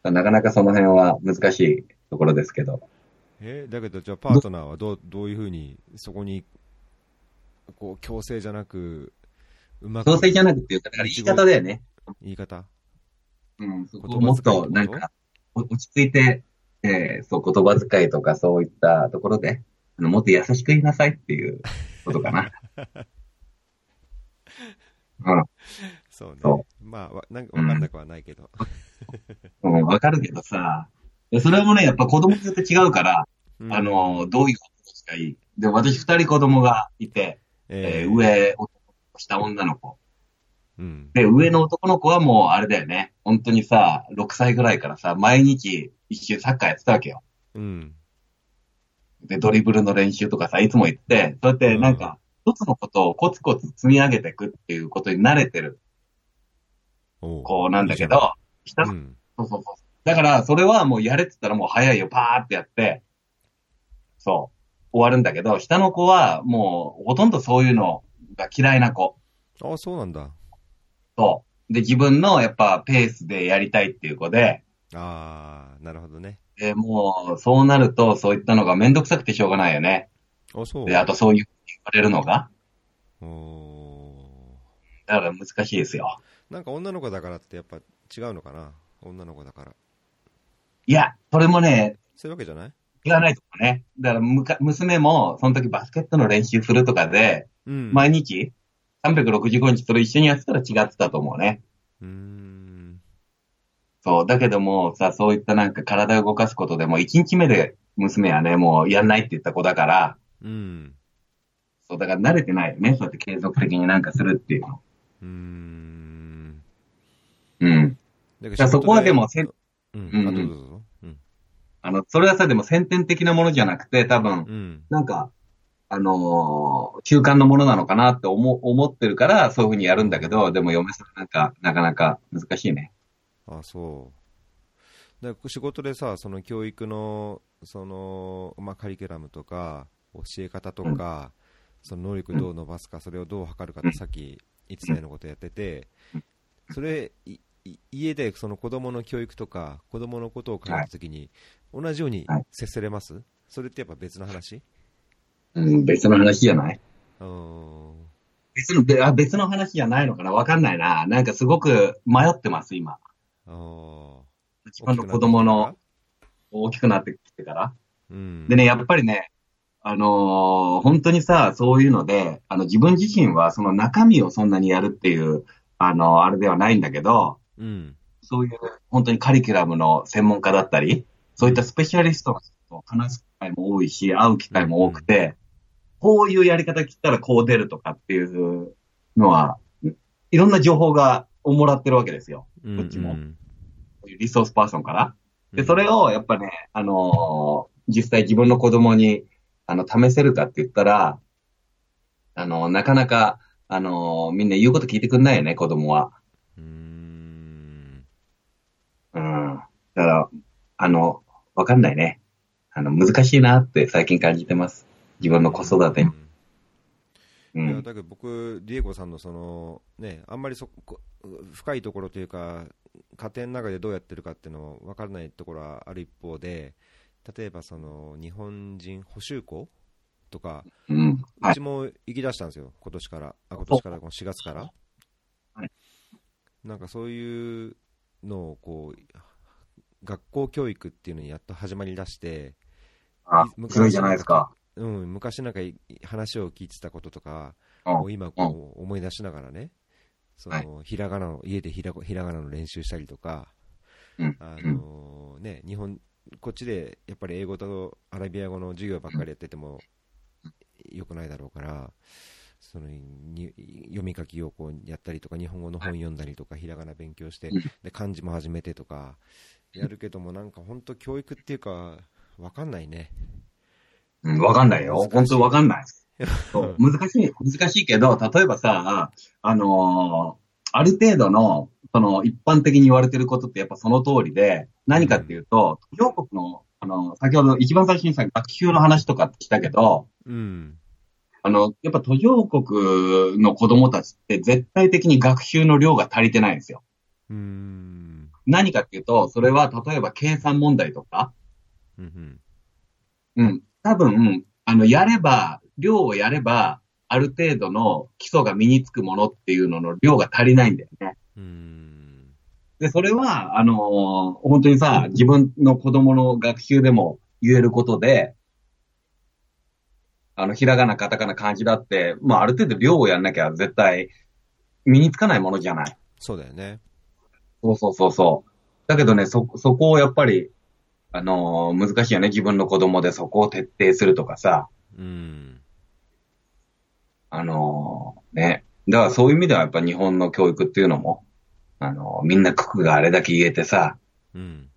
Speaker 1: う。なかなかその辺は難しいところですけど。
Speaker 2: う。え、だけど、じゃあパートナーはどう、どういうふうに、そこに、こう、強制じゃなく、うまく、
Speaker 1: 強制じゃなくて、だから言い方だよね。
Speaker 2: 言い方
Speaker 1: うん、そこをもっとなん
Speaker 2: 言葉遣いって
Speaker 1: かお落ち着いて、えーそう言葉遣いとかそういったところで、あのもっと優しく言いなさいっていうことか な。
Speaker 2: そうね
Speaker 1: そ。
Speaker 2: まあ、わなんかわかんなくはないけど。
Speaker 1: うん、わかるけどさ。いやそれもね、やっぱ子供によって違うから、
Speaker 2: うん
Speaker 1: あ、の、どういうことがいいで、私二人子供がいて、えー上男の子、下女の子。
Speaker 2: うん。
Speaker 1: で、上の男の子はもうあれだよね。本当にさ、6歳ぐらいからさ、毎日一周サッカーやってたわけよ。
Speaker 2: うん。
Speaker 1: で、ドリブルの練習とかさ、いつも行って、そうやってなんか、一つのことをコツコツ積み上げていくっていうことに慣れてる
Speaker 2: おう
Speaker 1: 子なんだけど、下
Speaker 2: う
Speaker 1: の
Speaker 2: ん。
Speaker 1: そうそうそう。だから、それはもうやれって言ったらもう早いよ、パーってやって、そう、終わるんだけど、下の子はもうほとんどそういうのが嫌いな子。
Speaker 2: あ、そうなんだ。
Speaker 1: そう。で、自分のやっぱペースでやりたいっていう子で、
Speaker 2: ああ、なるほどね。
Speaker 1: でもう、そうなると、そういったのがめんどくさくてしょうがないよね。
Speaker 2: あ、そう。
Speaker 1: で、あとそういう言われるのが、
Speaker 2: お
Speaker 1: だから難しいですよ。
Speaker 2: ーなんか女の子だからってやっぱ違うのかな女の子だから。
Speaker 1: いや、それもね、
Speaker 2: そういうわけじゃない
Speaker 1: 言わないとかね。だからむか、娘も、その時バスケットの練習するとかで、
Speaker 2: うん。
Speaker 1: 毎日、365日それ一緒にやってたら違ってたと思うね。
Speaker 2: うーん。
Speaker 1: そう。だけども、さ、そういったなんか体を動かすことでも、1日目で娘はね、もうやんないって言った子だから、
Speaker 2: うん。
Speaker 1: そう、だから慣れてないよね。そうやって継続的になんかするっていうの。
Speaker 2: うーん。
Speaker 1: うん。
Speaker 2: だ
Speaker 1: じゃあそこはでもせん
Speaker 2: う
Speaker 1: う
Speaker 2: ん。
Speaker 1: ん
Speaker 2: あ、どうぞどうぞ。うん。
Speaker 1: あの、それはさ、でも先天的なものじゃなくて、多分、
Speaker 2: うん。
Speaker 1: なんか、あのー習慣のものなのかなって思思ってるから、そういうふうにやるんだけど、でも嫁さんなんか、なかなか難しいね。
Speaker 2: あ、そう。だから仕事でさ、その教育の、その、まあ、カリキュラムとか、教え方とか、その能力どう伸ばすか、それをどう測るかって、さっき5歳のことやってて、それ、いい家でその子供の教育とか、子供のことを考えたときに、同じように
Speaker 1: はい
Speaker 2: 接せれますそれってやっぱ別の話
Speaker 1: うん、別の話じゃない
Speaker 2: うん。
Speaker 1: 別の、べあ別の話じゃないのかなわかんないな。なんかすごく迷ってます、今。
Speaker 2: あ
Speaker 1: 自分の子供の、大きくなってきてから。
Speaker 2: うん。
Speaker 1: でね、やっぱりね、あのー本当にさ、そういうので、あの、自分自身はその中身をそんなにやるっていう、あのあれではないんだけど、
Speaker 2: うん。
Speaker 1: そういう本当にカリキュラムの専門家だったり、そういったスペシャリストの人と話す機会も多いし、会う機会も多くて、こういうやり方切ったらこう出るとかっていうのは、いろんな情報がをもらってるわけですよ。
Speaker 2: うん
Speaker 1: こっちも
Speaker 2: うん
Speaker 1: リソースパーソンから。で、それをやっぱね、あのー実際自分の子供に、あの、試せるかって言ったら、あのなかなか、あのーみんな言うこと聞いてくんないよね、子供は。
Speaker 2: うん
Speaker 1: うん。だから、あの、わかんないね。あの、難しいなって最近感じてます。自分の子育てに。う
Speaker 2: いやだ
Speaker 1: ん。
Speaker 2: けど僕、ディエゴさんのその、ね、あんまりそこ深いところというか、家庭の中でどうやってるかっていうの分からないところはある一方で、例えばその日本人補修校とか、
Speaker 1: うん。は
Speaker 2: う
Speaker 1: い。
Speaker 2: ちも行き出したんですよ、今年から、あ今年からこの4月から
Speaker 1: はい。
Speaker 2: なんかそういうのをこう学校教育っていうのにやっと始まりだして、
Speaker 1: あ、すごいじゃないですか。
Speaker 2: うん、昔なんかい話を聞いてたこととか
Speaker 1: うん
Speaker 2: を今こう思い出しながらね、そのひらがなの家でひらひらがなの練習したりとか、
Speaker 1: うん。
Speaker 2: あ
Speaker 1: うん
Speaker 2: のね、日本こっちでやっぱり英語とアラビア語の授業ばっかりやってても良くないだろうからそのに読み書きをこうやったりとか日本語の本読んだりとかひらがな勉強して
Speaker 1: うん
Speaker 2: で漢字も始めてとかやるけどもなんか本当教育っていうか分かんないね。
Speaker 1: うん、わかんないよ。
Speaker 2: 難
Speaker 1: 本
Speaker 2: しい
Speaker 1: 当わかんない。そう難しい、難しいけど、例えばさ、あのーある程度の、その、一般的に言われてることってやっぱその通りで、何かっていうと、途上国の、あの、先ほど一番最初にさ、学級の話とかってしたけど、
Speaker 2: うん
Speaker 1: あの、やっぱ途上国の子供たちって絶対的に学習の量が足りてないんですよ。
Speaker 2: うーん
Speaker 1: 何かっていうと、それは例えば計算問題とか、
Speaker 2: うんうん
Speaker 1: うん。多分、あの、やれば、量をやれば、ある程度の基礎が身につくものっていうのの量が足りないんだよね。
Speaker 2: うーん
Speaker 1: で、それは、あのー本当にさ、自分の子供の学習でも言えることで、あの、ひらがな、カタカナ、漢字だって、まあ、ある程度量をやんなきゃ絶対身につかないものじゃない。
Speaker 2: そうだよね。
Speaker 1: そうそうそうそう。だけどね、そ、そこをやっぱり、あのー難しいよね。自分の子供でそこを徹底するとかさ、
Speaker 2: うん
Speaker 1: あのーね。だからそういう意味ではやっぱ日本の教育っていうのも、あのーみんなククがあれだけ言えてさ、
Speaker 2: うん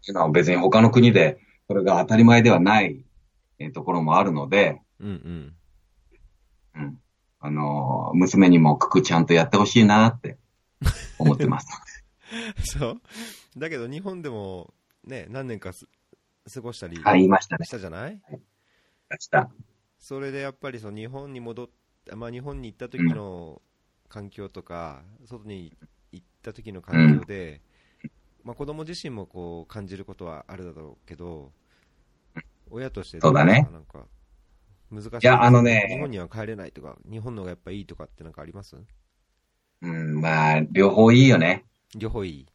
Speaker 1: っていうのは別に他の国でそれが当たり前ではない、えーところもあるので、
Speaker 2: うんうん
Speaker 1: うん。あのー娘にもククちゃんとやってほしいなって思ってます。
Speaker 2: そうだけど日本でも、ね、何年かす過ごしたり
Speaker 1: あ、言いましたね。
Speaker 2: したじゃない、
Speaker 1: 明日。
Speaker 2: それでやっぱりその日本に戻っ、まあ、日本に行った時の環境とか、外に行った時の環境で、まあ、子供自身もこう感じることはあるだろうけど、親として
Speaker 1: そうだね
Speaker 2: なんか難しいです
Speaker 1: いやあのね
Speaker 2: 日本には帰れないとか、日本の方がやっぱいいとかってなんかあります
Speaker 1: うん、まあ、両方いいよね。
Speaker 2: 両方いい。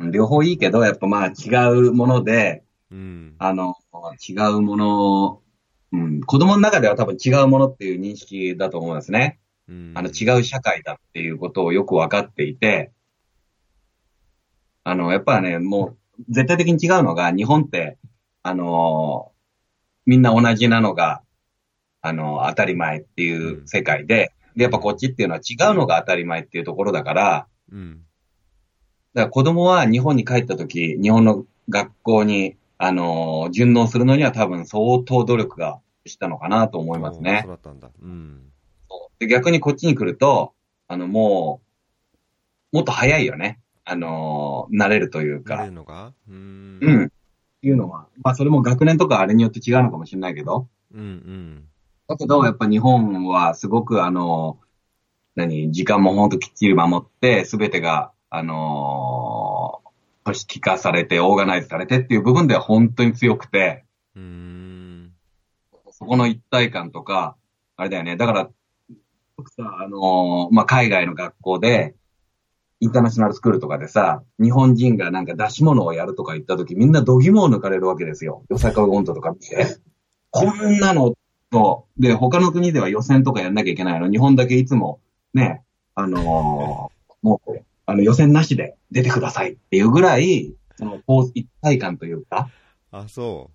Speaker 1: うん両方いいけど、やっぱまあ違うもので、
Speaker 2: うん。
Speaker 1: あの、違うもの、うん、子供の中では多分違うものっていう認識だと思うんですね。
Speaker 2: うん
Speaker 1: あの、違う社会だっていうことをよく分かっていて、あの、やっぱね、もう、絶対的に違うのが、日本って、あのみんな同じなのが、あの当たり前っていう世界で、で、やっぱこっちっていうのは違うのが当たり前っていうところだから、
Speaker 2: うん。
Speaker 1: だから子供は日本に帰った時、日本の学校に、あの順応するのには多分相当努力がしたのかなと思いますね
Speaker 2: そう。だったんだ。うん。
Speaker 1: で、逆にこっちに来ると、あの、もう、もっと早いよね。あのー慣れるという
Speaker 2: 慣れ
Speaker 1: か
Speaker 2: る。のがうん。
Speaker 1: うん。っていうのは、まあ、それも学年とかあれによって違うのかもしれないけど。
Speaker 2: うんうん。
Speaker 1: だけど、やっぱ日本はすごく、あの何、時間もほんときっちり守って、すべてが、あのー、組織化されて、オーガナイズされてっていう部分では本当に強くて、
Speaker 2: うん。
Speaker 1: そこの一体感とか、あれだよね。だから、僕さ、あのーまあ、海外の学校で、インターナショナルスクールとかでさ、日本人がなんか出し物をやるとか言った時、みんな度肝を抜かれるわけですよ。よさかゴントとか見て。こんなのと、で、他の国では予選とかやんなきゃいけないの。日本だけいつも、ね、あのーもう、あの予選なしで出てくださいっていうぐらい、その、こう一体感というか、
Speaker 2: あ、そ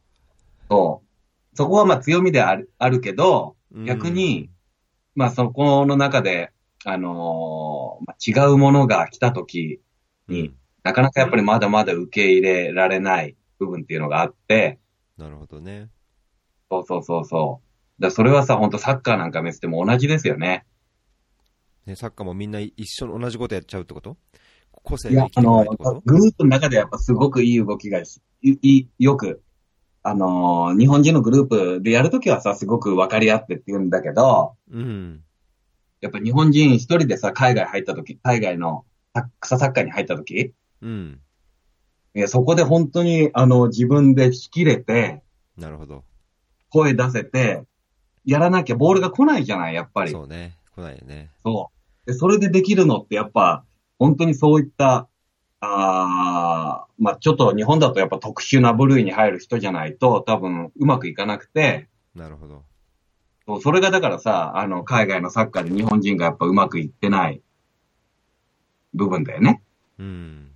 Speaker 1: そう。そこはまあ強みであるあるけど、
Speaker 2: う。うん
Speaker 1: 逆に、まあそこの中で、あのーまあ違うものが来た時
Speaker 2: うん
Speaker 1: に、なかなかやっぱりまだまだ受け入れられない部分っていうのがあって、
Speaker 2: なるほどね。
Speaker 1: そうそうそうそう。だからそれはさ、本当サッカーなんか見せても同じですよね。
Speaker 2: ね、サッカーもみんな一緒に同じことやっちゃうってこと個性
Speaker 1: い
Speaker 2: が
Speaker 1: や
Speaker 2: 生き、て
Speaker 1: あ
Speaker 2: こない
Speaker 1: の
Speaker 2: ってこと、
Speaker 1: グループの中でやっぱすごくいい動きがし、いいよく、あのー日本人のグループでやるときはさ、すごく分かり合ってって言うんだけど、
Speaker 2: うん。
Speaker 1: やっぱ日本人一人でさ、海外入ったとき、海外のサ草サッカーに入ったとき、
Speaker 2: うん。
Speaker 1: いや、そこで本当に、あの、自分で仕切れて、
Speaker 2: なるほど。
Speaker 1: 声出せて、やらなきゃボールが来ないじゃない、やっぱり。そう。
Speaker 2: そうね。来ないよね。
Speaker 1: で、それでできるのって、やっぱ、本当にそういった、ああ、まあ、ちょっと日本だとやっぱ特殊な部類に入る人じゃないと、多分、うまくいかなくて、
Speaker 2: なるほど。
Speaker 1: そうそれがだからさ、あの、海外のサッカーで日本人がやっぱうまくいってない部分だよね。
Speaker 2: うん。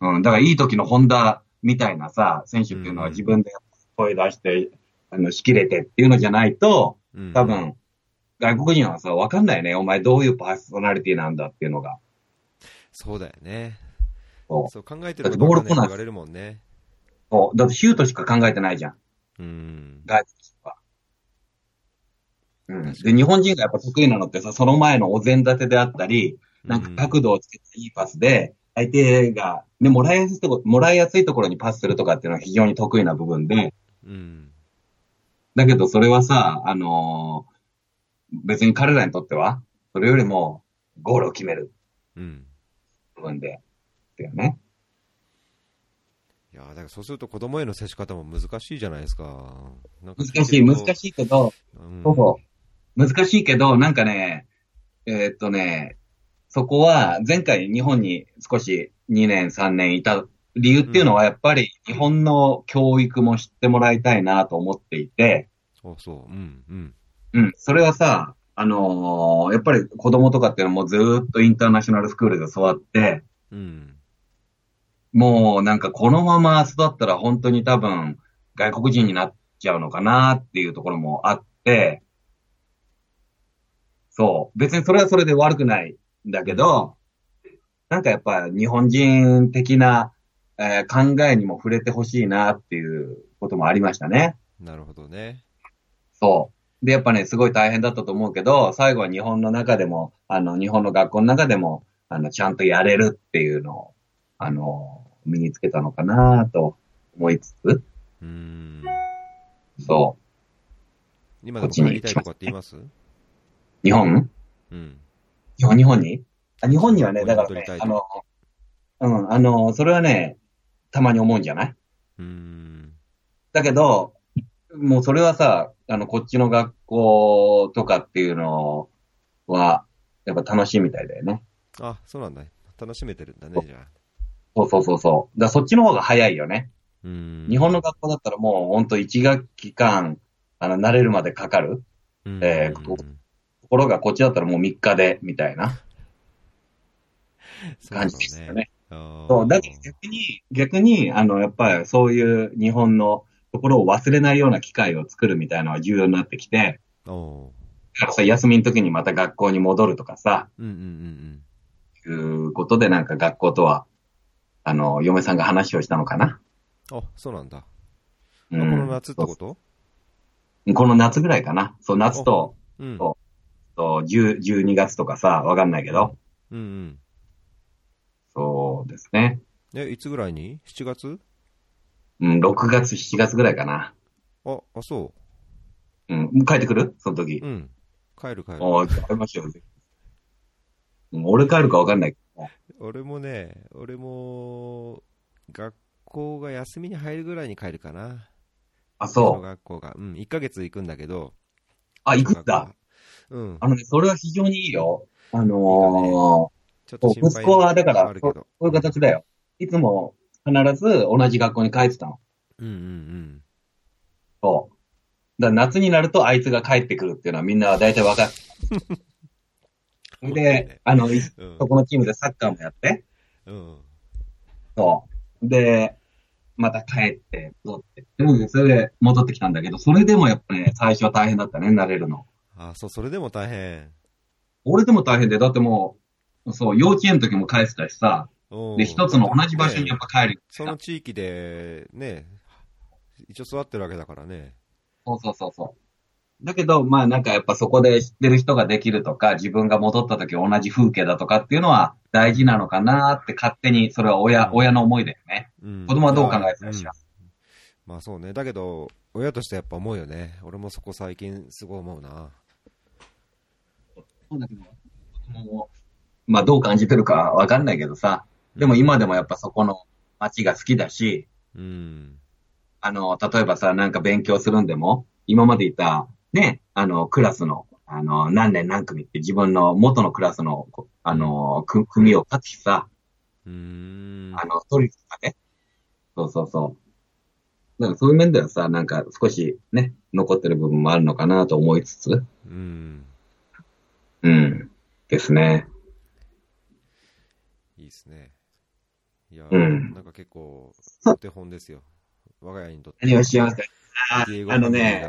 Speaker 1: うん、だからいい時のホンダみたいなさ、選手っていうのは自分で声出して、あの、仕切れてっていうのじゃないと、
Speaker 2: うん、
Speaker 1: 多分、外国人はさ、わかんないね。お前どういうパーソナリティなんだっていうのが。
Speaker 2: そうだよね。
Speaker 1: そう。
Speaker 2: そう考えて
Speaker 1: だ
Speaker 2: る
Speaker 1: ってボ
Speaker 2: こと
Speaker 1: ール
Speaker 2: ばっかり
Speaker 1: 来ない
Speaker 2: 言われるもんね。
Speaker 1: そうだってシュートしか考えてないじゃん。
Speaker 2: うん。
Speaker 1: 外国人は。うん。で、日本人がやっぱ得意なのってさ、その前のお膳立てであったり、なんか角度をつけていいパスで、相手が、ね、もらいやすいとこ、もらいやすいところにパスするとかっていうのは非常に得意な部分で、
Speaker 2: うん。
Speaker 1: だけどそれはさ、あのー別に彼らにとっては、それよりもゴールを決める
Speaker 2: うん。
Speaker 1: 部分で、だよね。
Speaker 2: いやーだからそうすると子供への接し方も難しいじゃないですか。なんか
Speaker 1: 難しい、難しいけど、
Speaker 2: うん
Speaker 1: そうそう難しいけど、なんかね、えーっとね、そこは前回日本に少し2年3年いた理由っていうのはやっぱり日本の教育も知ってもらいたいなと思っていて、
Speaker 2: そうそう。うん。うん。
Speaker 1: うん、それはさ、あのーやっぱり子供とかっていうのはもうずーっとインターナショナルスクールで育って、
Speaker 2: うん。
Speaker 1: もうなんかこのまま育ったら本当に多分外国人になっちゃうのかなっていうところもあって、そう。別にそれはそれで悪くないんだけど、なんかやっぱ日本人的な、えー考えにも触れてほしいなっていうこともありましたね。
Speaker 2: なるほどね。
Speaker 1: そう。で、やっぱね、すごい大変だったと思うけど、最後は日本の中でも、あの、日本の学校の中でも、あの、ちゃんとやれるっていうのを、あの、身につけたのかなと思いつつ、
Speaker 2: うーん。
Speaker 1: そ
Speaker 2: 今でも帰りたいとかって言います
Speaker 1: う。日本
Speaker 2: うん。
Speaker 1: 日本、日本にあ日本にはね、だから
Speaker 2: 取
Speaker 1: ね
Speaker 2: りたい、と
Speaker 1: あの、うん、あの、それはね、たまに思うんじゃないう
Speaker 2: ーん。
Speaker 1: だけど、もうそれはさ、あの、こっちの学校とかっていうのは、やっぱ楽しいみたいだよね。
Speaker 2: あ、そうなんだ。楽しめてるんだね、じゃあ。
Speaker 1: そうそうそうそう。だからそっちの方が早いよね。
Speaker 2: うーん。
Speaker 1: 日本の学校だったらもう本当1学期間、あの、慣れるまでかかる。
Speaker 2: うん、
Speaker 1: えーこところがこっちだったらもう3日で、みたいな
Speaker 2: そうだろ
Speaker 1: 感
Speaker 2: う
Speaker 1: じですよ
Speaker 2: ね。
Speaker 1: ね。
Speaker 2: あー
Speaker 1: そう、だから逆に、逆に、あの、やっぱりそういう日本のところを忘れないような機会を作るみたいなのは重要になってきて、
Speaker 2: おう
Speaker 1: だからさ、休みの時にまた学校に戻るとかさ、
Speaker 2: うんうんうん
Speaker 1: いうことでなんか学校とは、あの、嫁さんが話をしたのかな。
Speaker 2: うん。あ、そうなんだ。
Speaker 1: う
Speaker 2: あこ
Speaker 1: ん
Speaker 2: の夏ってこと
Speaker 1: この夏ぐらいかな。そう、夏と、
Speaker 2: うん。
Speaker 1: そうと、10 12月とかさ、わかんないけど、
Speaker 2: うんうん。
Speaker 1: そうですね。
Speaker 2: え、いつぐらいに ?7 月
Speaker 1: うん、6月、7月ぐらいかな。
Speaker 2: あ、あ、そ
Speaker 1: うん、もう帰ってくるその時
Speaker 2: う。。うん。帰る帰る。
Speaker 1: おーじゃあ会いましょうぜうん俺帰るかわかんないけど。
Speaker 2: 俺もね、俺も、学校が休みに入るぐらいに帰るかな。
Speaker 1: あ、
Speaker 2: 小
Speaker 1: そう。
Speaker 2: 学校が。うん、1ヶ月行くんだけど。
Speaker 1: あ、行くんだ。
Speaker 2: うん。
Speaker 1: あのね、それは非常にいいよ。あの
Speaker 2: ちょ
Speaker 1: ー、
Speaker 2: っ
Speaker 1: そ
Speaker 2: と
Speaker 1: う
Speaker 2: 心配
Speaker 1: 息子はだから
Speaker 2: あ、る
Speaker 1: そ
Speaker 2: け
Speaker 1: う
Speaker 2: ど。
Speaker 1: そういう形だよ。いつも必ず同じ学校に帰ってたの。
Speaker 2: うんうんうん。
Speaker 1: そう。だから夏になるとあいつが帰ってくるっていうのはみんなは大体わか る。それで、あの、い
Speaker 2: うん
Speaker 1: そこのチームでサッカーもやって、
Speaker 2: うん。
Speaker 1: そう。で、また帰って、戻って。でも、それで戻ってきたんだけど、それでもやっぱり、ね、最初は大変だったね、慣れるの。
Speaker 2: あ、そう、それでも大変。
Speaker 1: 俺でも大変で、だってもう、そう、幼稚園の時も帰ってたしさ、
Speaker 2: うん
Speaker 1: で、一つの同じ場所にやっぱ帰るよう
Speaker 2: そ
Speaker 1: にな
Speaker 2: の
Speaker 1: っ
Speaker 2: 地域でね、一応育ってるわけだからね。
Speaker 1: そうそうそうそう。だけど、まあなんかやっぱそこで知ってる人ができるとか、自分が戻った時同じ風景だとかっていうのは大事なのかなって勝手に、それは親、
Speaker 2: うん
Speaker 1: 親の思いだよね。
Speaker 2: うん
Speaker 1: 子供はどう考えてたらしい
Speaker 2: うんまあそうね。だけど、親としてやっぱ思うよね。俺もそこ最近すごい思うな。
Speaker 1: そうだけど、もうまあどう感じてるかわかんないけどさ、でも今でもやっぱそこの街が好きだし、
Speaker 2: うん。
Speaker 1: あの、例えばさ、なんか勉強するんでも、今までいた、ね、あの、クラスの、あの、何年何組って自分の元のクラスの、こあの、く組を勝つしさ、
Speaker 2: うーん。
Speaker 1: あの、ストリートとかね。そうそうそう。なんかそういう面ではさ、なんか少しね、残ってる部分もあるのかなと思いつつ、
Speaker 2: うん。
Speaker 1: うん。ですね。
Speaker 2: いいですね。いや、
Speaker 1: うん
Speaker 2: なんか結構、
Speaker 1: そう
Speaker 2: お手本ですよ。我が家にとって。
Speaker 1: 何をしますかあ
Speaker 2: ディエゴ
Speaker 1: あの
Speaker 2: ファ
Speaker 1: ね、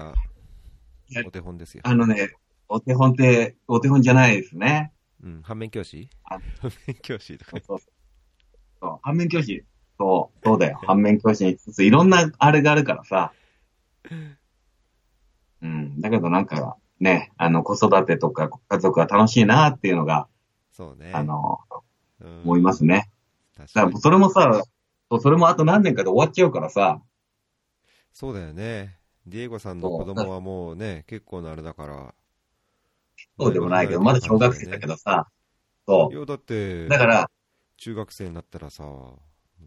Speaker 2: ミリーがお手本ですよ。
Speaker 1: あのね、お手本って、お手本じゃないですね。
Speaker 2: うん。反面教師
Speaker 1: あ
Speaker 2: 反面教師とか
Speaker 1: そう。そうそう。反面教師。そう、そう だよ。反面教師につつ、いろんなあれがあるからさ。うん。だけどなんか、ね、あの、子育てとか家族は楽しいなっていうのが、
Speaker 2: そうね。
Speaker 1: あの、
Speaker 2: うん、
Speaker 1: 思いますね。
Speaker 2: 確
Speaker 1: だ
Speaker 2: か
Speaker 1: か
Speaker 2: に
Speaker 1: らそれもさ、そうそれもあと何年かで終わっちゃうからさ、
Speaker 2: そうだよね。ディエゴさんの子供はもうね、結構なあれだから。
Speaker 1: そうでもないけど、まだ小学生だけどさ、そ
Speaker 2: いや、だって、
Speaker 1: う。だから、
Speaker 2: 中学生になったらさ、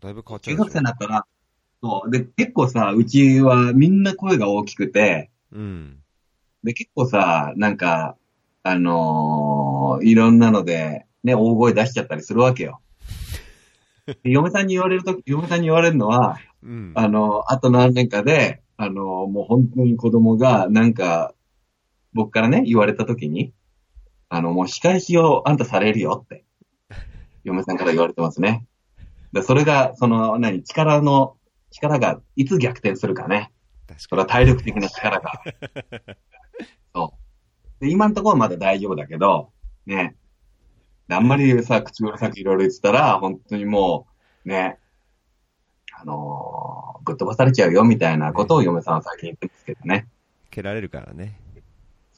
Speaker 2: だいぶ変わっち
Speaker 1: 中
Speaker 2: ゃうでしょ
Speaker 1: 学生になったら、そう。で、結構さ、うちはみんな声が大きくて、
Speaker 2: うん。
Speaker 1: で、結構さ、なんか、あのーいろんなので、ね、大声出しちゃったりするわけよ。で嫁さんに言われるとき、嫁さんに言われるのは、
Speaker 2: うん。
Speaker 1: あの、あと何年かで、あの、もう本当に子供が、なんか、僕からね、言われたときに、あの、もう仕返しをあんたされるよって、嫁さんから言われてますね。で、それが、その、何、力の、力が、いつ逆転するかね。
Speaker 2: 確
Speaker 1: それ
Speaker 2: か
Speaker 1: は体力的な力が。そう。で、今のところはまだ大丈夫だけど、ね。であんまりさ、口うるさくいろいろ言ってたら、本当にもう、ね、あのーぶっ飛ばされちゃうよみたいなことを嫁さんは最近言ってますけどね。
Speaker 2: に。蹴られるからね。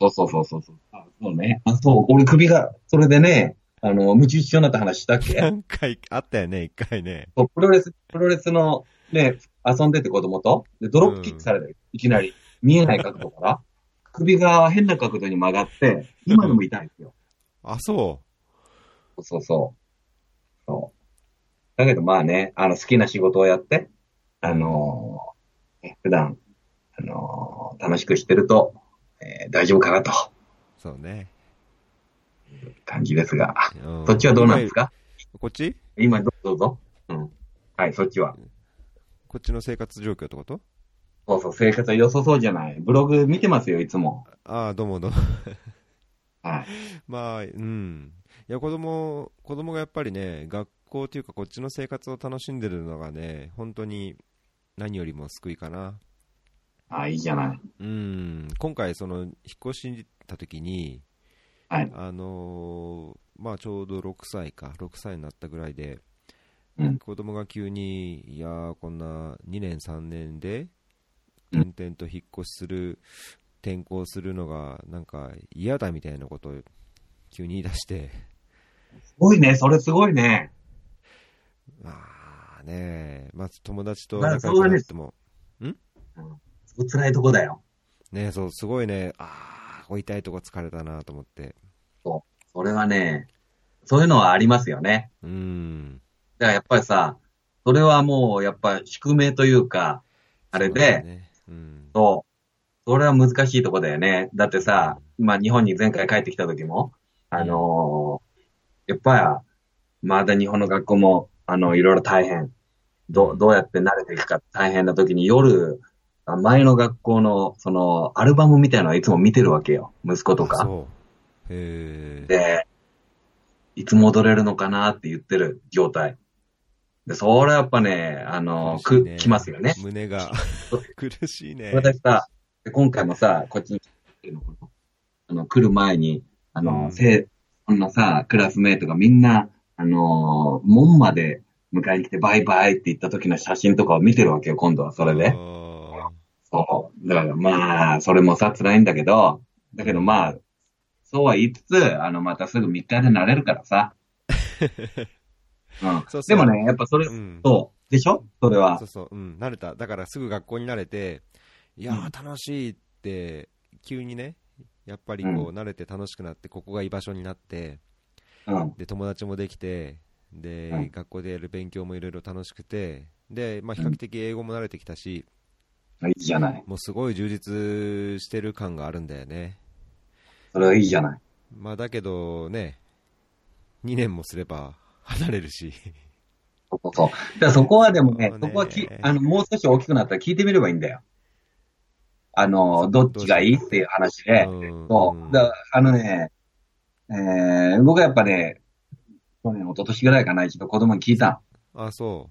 Speaker 1: そうそうそうそうそう。あそうね。あ、そう、俺首が、それでね、あの、無知一緒になった話したっけ
Speaker 2: 何回、あったよね、一回ね。
Speaker 1: そうプロレス、プロレスの、ね、遊んでて子供と、で、ドロップキックされた、いきなり、見えない角度から、 首が変な角度に曲がって、今でも痛いんですよ。
Speaker 2: あ、そ
Speaker 1: そうそうそう。そう。だけどまあね、あの、好きな仕事をやって、あのーね普段、あのー楽しくしてると、えー大丈夫かなと、
Speaker 2: う。そうね。
Speaker 1: 感じですが。
Speaker 2: うん
Speaker 1: そっちはどうなんですか
Speaker 2: こっち
Speaker 1: 今、どうぞ。うん。はい、そっちは。
Speaker 2: こっちの生活状況ってこと
Speaker 1: そうそう、生活は良さそうじゃない。ブログ見てますよ、いつも。
Speaker 2: ああ、どうもどうも。
Speaker 1: はい。
Speaker 2: まあ、うん。いや、子供、子供がやっぱりね、学校というかこっちの生活を楽しんでるのがね、本当に何よりも救いかな。
Speaker 1: ああ、いいじゃない。
Speaker 2: うん。今回、その、引っ越した時に、
Speaker 1: はい。
Speaker 2: あのーまあちょうど6歳か、6歳になったぐらいで、
Speaker 1: うん
Speaker 2: 子供が急に、いやー、こんな2年、3年で、
Speaker 1: うん
Speaker 2: 転々と引っ越しする、転校するのが、なんか嫌だみたいなことを急に言い出して、
Speaker 1: すごいね、それすごいね。
Speaker 2: まあね、まず友達と
Speaker 1: まあ
Speaker 2: 仲良くなっても、
Speaker 1: 辛いとこだよ。
Speaker 2: ね、そう、すごいね、あー、ここ痛いとこ疲れたなと思って、
Speaker 1: それはね、そういうのはありますよね。
Speaker 2: うーん。
Speaker 1: だからやっぱりさ、それはもう、やっぱ宿命というか、あれ
Speaker 2: そうだよ
Speaker 1: で、
Speaker 2: ねうん。
Speaker 1: そう、それは難しいとこだよね。だってさ、まあ日本に前回帰ってきた時も、あのーやっぱり、まだ日本の学校も、あの、いろいろ大変。どう、どうやって慣れていくか大変な時に夜、あ前の学校の、その、アルバムみたいなのはいつも見てるわけよ。息子と
Speaker 2: あ
Speaker 1: か。
Speaker 2: そう。へえ。
Speaker 1: で、いつ戻れるのかなって言ってる状態。で、それはやっぱね、あの、
Speaker 2: 苦しい
Speaker 1: く、
Speaker 2: ね
Speaker 1: 来ますよね。
Speaker 2: 胸が苦しいね。
Speaker 1: 私さ、で今回もさ、こっちに来てるのかなあの、来る前に、あの、
Speaker 2: うん
Speaker 1: せこのさ、クラスメイトがみんな、あのー門まで迎えに来てバイバイって言った時の写真とかを見てるわけよ、今度はそれ
Speaker 2: あ
Speaker 1: で。
Speaker 2: ー
Speaker 1: そう。だからまあ、それもさ、辛いんだけど、だけどまあ、そうは言いつつ、あの、またすぐ3日で慣れるからさ。うん。
Speaker 2: そうそう
Speaker 1: でもね、やっぱそれ、
Speaker 2: うん。
Speaker 1: そう。でしょそれは
Speaker 2: そう。そう、うん、慣れた。だからすぐ学校に慣れて、いやー、楽しいって、急にね、やっぱりこう、
Speaker 1: う
Speaker 2: 慣れて楽しくなって、ここが居場所になって、
Speaker 1: うん。
Speaker 2: で、友達もできて、で、
Speaker 1: うん
Speaker 2: 学校でやる勉強もいろいろ楽しくて、で、まあ、比較的英語も慣れてきたし、
Speaker 1: いいじゃない。
Speaker 2: もうすごい充実してる感があるんだよね。
Speaker 1: それはいいじゃない。
Speaker 2: まあ、だけどね、2年もすれば離れるし、
Speaker 1: そうそうそう。だからそこはでもね
Speaker 2: そ、うね
Speaker 1: そこはき、あの、もう少し大きくなったら聞いてみればいいんだよ。あの、どっちがいいっていう話で。
Speaker 2: うん
Speaker 1: そう。だあのね、えー、僕はやっぱね、去年、一昨年ぐらいかな、一度子供に聞いた
Speaker 2: あ、
Speaker 1: ん
Speaker 2: そ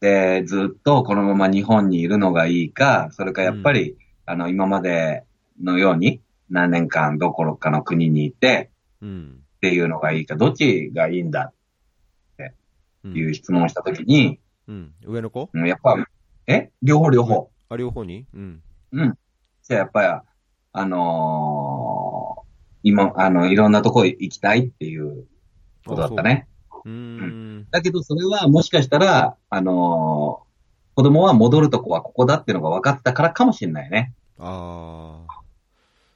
Speaker 1: で、ずっとこのまま日本にいるのがいいか、それかやっぱり、あの、今までのように、何年間どころかの国にいて
Speaker 2: う。うん。
Speaker 1: っていうのがいいか、どっちがいいんだ
Speaker 2: う
Speaker 1: ってい
Speaker 2: ん。
Speaker 1: う質問をしたときに、
Speaker 2: うん、上の子
Speaker 1: うんやっぱ、え両方両方。
Speaker 2: あ、両方にうん。
Speaker 1: うん。じゃあやっぱり、あのー今、あの、いろんなとこ行きたいっていうことだったね。
Speaker 2: うーん。
Speaker 1: だけど、それはもしかしたら、あのー子供は戻るとこはここだっていうのが分かってたからかもしれないね。
Speaker 2: あ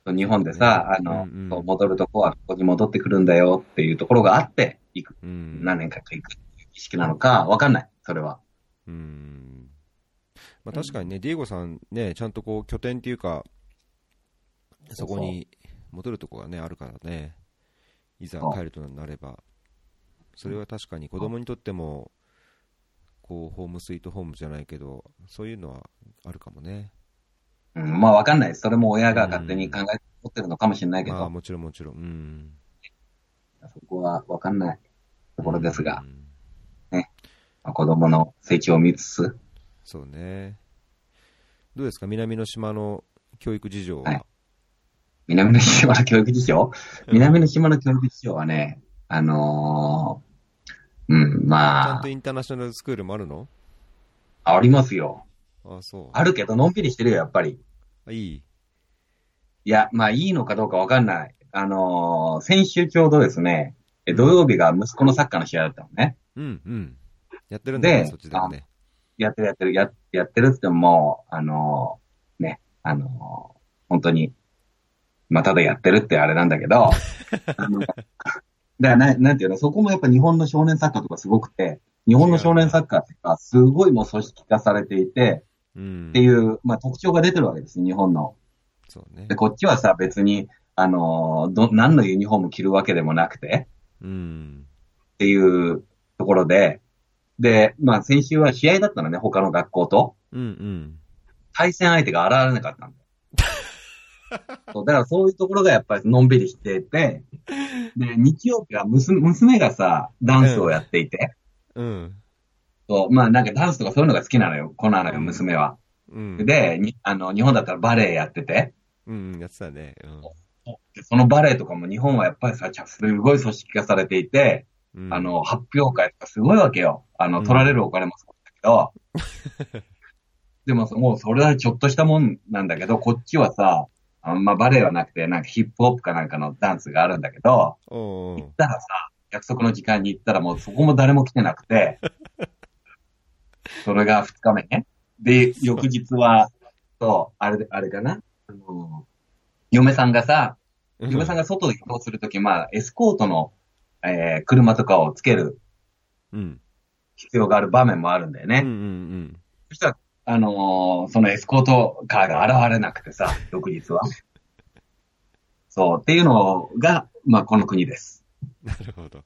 Speaker 2: あ。
Speaker 1: 日本でさ、あ
Speaker 2: そうね
Speaker 1: の、
Speaker 2: うんうん
Speaker 1: そう戻るとこはここに戻ってくるんだよっていうところがあって、行く、
Speaker 2: うん。
Speaker 1: 何年か行く意識なのか、分かんない、それは。
Speaker 2: うん。まあ確かにね、ディエゴさんね、ちゃんとこう拠点っていうか、そこに戻るとこがね、あるからね。いざ帰るとなれば。それは確かに子供にとっても、こう、ホームスイートホームじゃないけど、そういうのはあるかもね。
Speaker 1: うん、まあ分かんない。それも親が勝手に考えて持ってるのかもしれないけ
Speaker 2: まあ
Speaker 1: ど、
Speaker 2: もちろんもちろん。うん。
Speaker 1: そこは分かんないと
Speaker 2: と
Speaker 1: ころですが、。まあ子供の成長を見つつ、
Speaker 2: そうね。どうですか、南の島の教育事情は。
Speaker 1: はい南の島の教育事情南の島の教育事情はね、あのーうん、
Speaker 2: ちゃ
Speaker 1: ま
Speaker 2: ん
Speaker 1: あ
Speaker 2: と、インターナショナルスクールもあるの
Speaker 1: ありますよ。
Speaker 2: あそう。
Speaker 1: あるけど、のんびりしてるよ、やっぱり。
Speaker 2: あいい。
Speaker 1: いや、まあ、いいのかどうかわかんない。あのー先週ちょうどですね、え土曜日が息子のサッカーの試合だったのね。
Speaker 2: うん、うん。やってるんだね、
Speaker 1: で
Speaker 2: そっちでもね。
Speaker 1: やってるやってる、ややってるって言ってももう、あのーね、あのー本当に、まあ、ただやってるってあれなんだけど、あのだからな、なんていうの、そこもやっぱ日本の少年サッカーとかすごくて、日本の少年サッカーっていうか、すごいもう組織化されていて、
Speaker 2: うん。
Speaker 1: っていう、まあ、特徴が出てるわけです、日本の。
Speaker 2: そうね
Speaker 1: で、。こっちはさ、別に、あのー、ど、何のユニフォーム着るわけでもなくて、
Speaker 2: うん。
Speaker 1: っていうところで、で、まあ先週は試合だったのね、他の学校と。
Speaker 2: うん、うん。
Speaker 1: 対戦相手が現れなかったんだ よ。そうだからそういうところがやっぱりのんびりしてて、で、日曜日は娘娘がさ、ダンスをやっていて、
Speaker 2: うん。
Speaker 1: そうまあなんかダンスとかそういうのが好きなのよ、こののよ、
Speaker 2: うん
Speaker 1: 娘は。
Speaker 2: うん。、
Speaker 1: で、にあの、日本だったらバレエやってて、
Speaker 2: うん、やってたね。うん
Speaker 1: でそのバレエとかも日本はやっぱりさ、すごい組織化されていて、
Speaker 2: うん。
Speaker 1: あの、発表会とかすごいわけよ。あ
Speaker 2: う
Speaker 1: の、
Speaker 2: ん
Speaker 1: 取られるお金もそうだけど。 でも、もうそれはちょっとしたもんなんだけど、こっちはさ、あのまあ、バレエはなくて、なんかヒップホップかなんかのダンスがあるんだけど、
Speaker 2: おうおう
Speaker 1: だからさ、約束の時間に行ったらもうそこも誰も来てなくて、 それが2日目ね。で、翌日は、そう、あれで、あれかなあの、嫁さんがさ、
Speaker 2: うん。
Speaker 1: 嫁さんが外で移動するとき、まあ、エスコートの、えー車とかをつける
Speaker 2: うん。
Speaker 1: 必要がある場面もあるんだよね。
Speaker 2: うん、うん、
Speaker 1: そしたら、あのーそのエスコートカーが現れなくてさ、 翌日は。そう、っていうのが、まあ、この国です。
Speaker 2: うん。なるほど。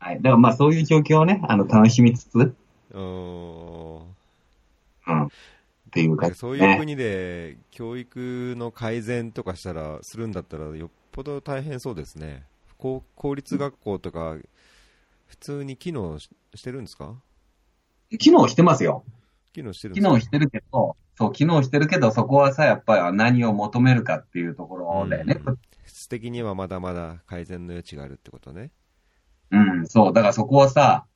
Speaker 1: はい。だからまあ、そういう状況をね、あの、楽しみつつ、うん、っ
Speaker 2: おー
Speaker 1: ていう
Speaker 2: な
Speaker 1: か、
Speaker 2: んかそういう国で教育の改善とかしたら、するんだったらよっぽど大変そうですね。公公立学校とか、普通に機能ししてるんですか
Speaker 1: 機能してますよ。
Speaker 2: 機能してるん
Speaker 1: 機
Speaker 2: ですか
Speaker 1: 能してるけど、そう、機能してるけど、そこはさ、やっぱり何を求めるかっていうところだよね。
Speaker 2: うん質的にはまだまだ改善の余地があるってことね。
Speaker 1: うん、そう。だからそこはさ、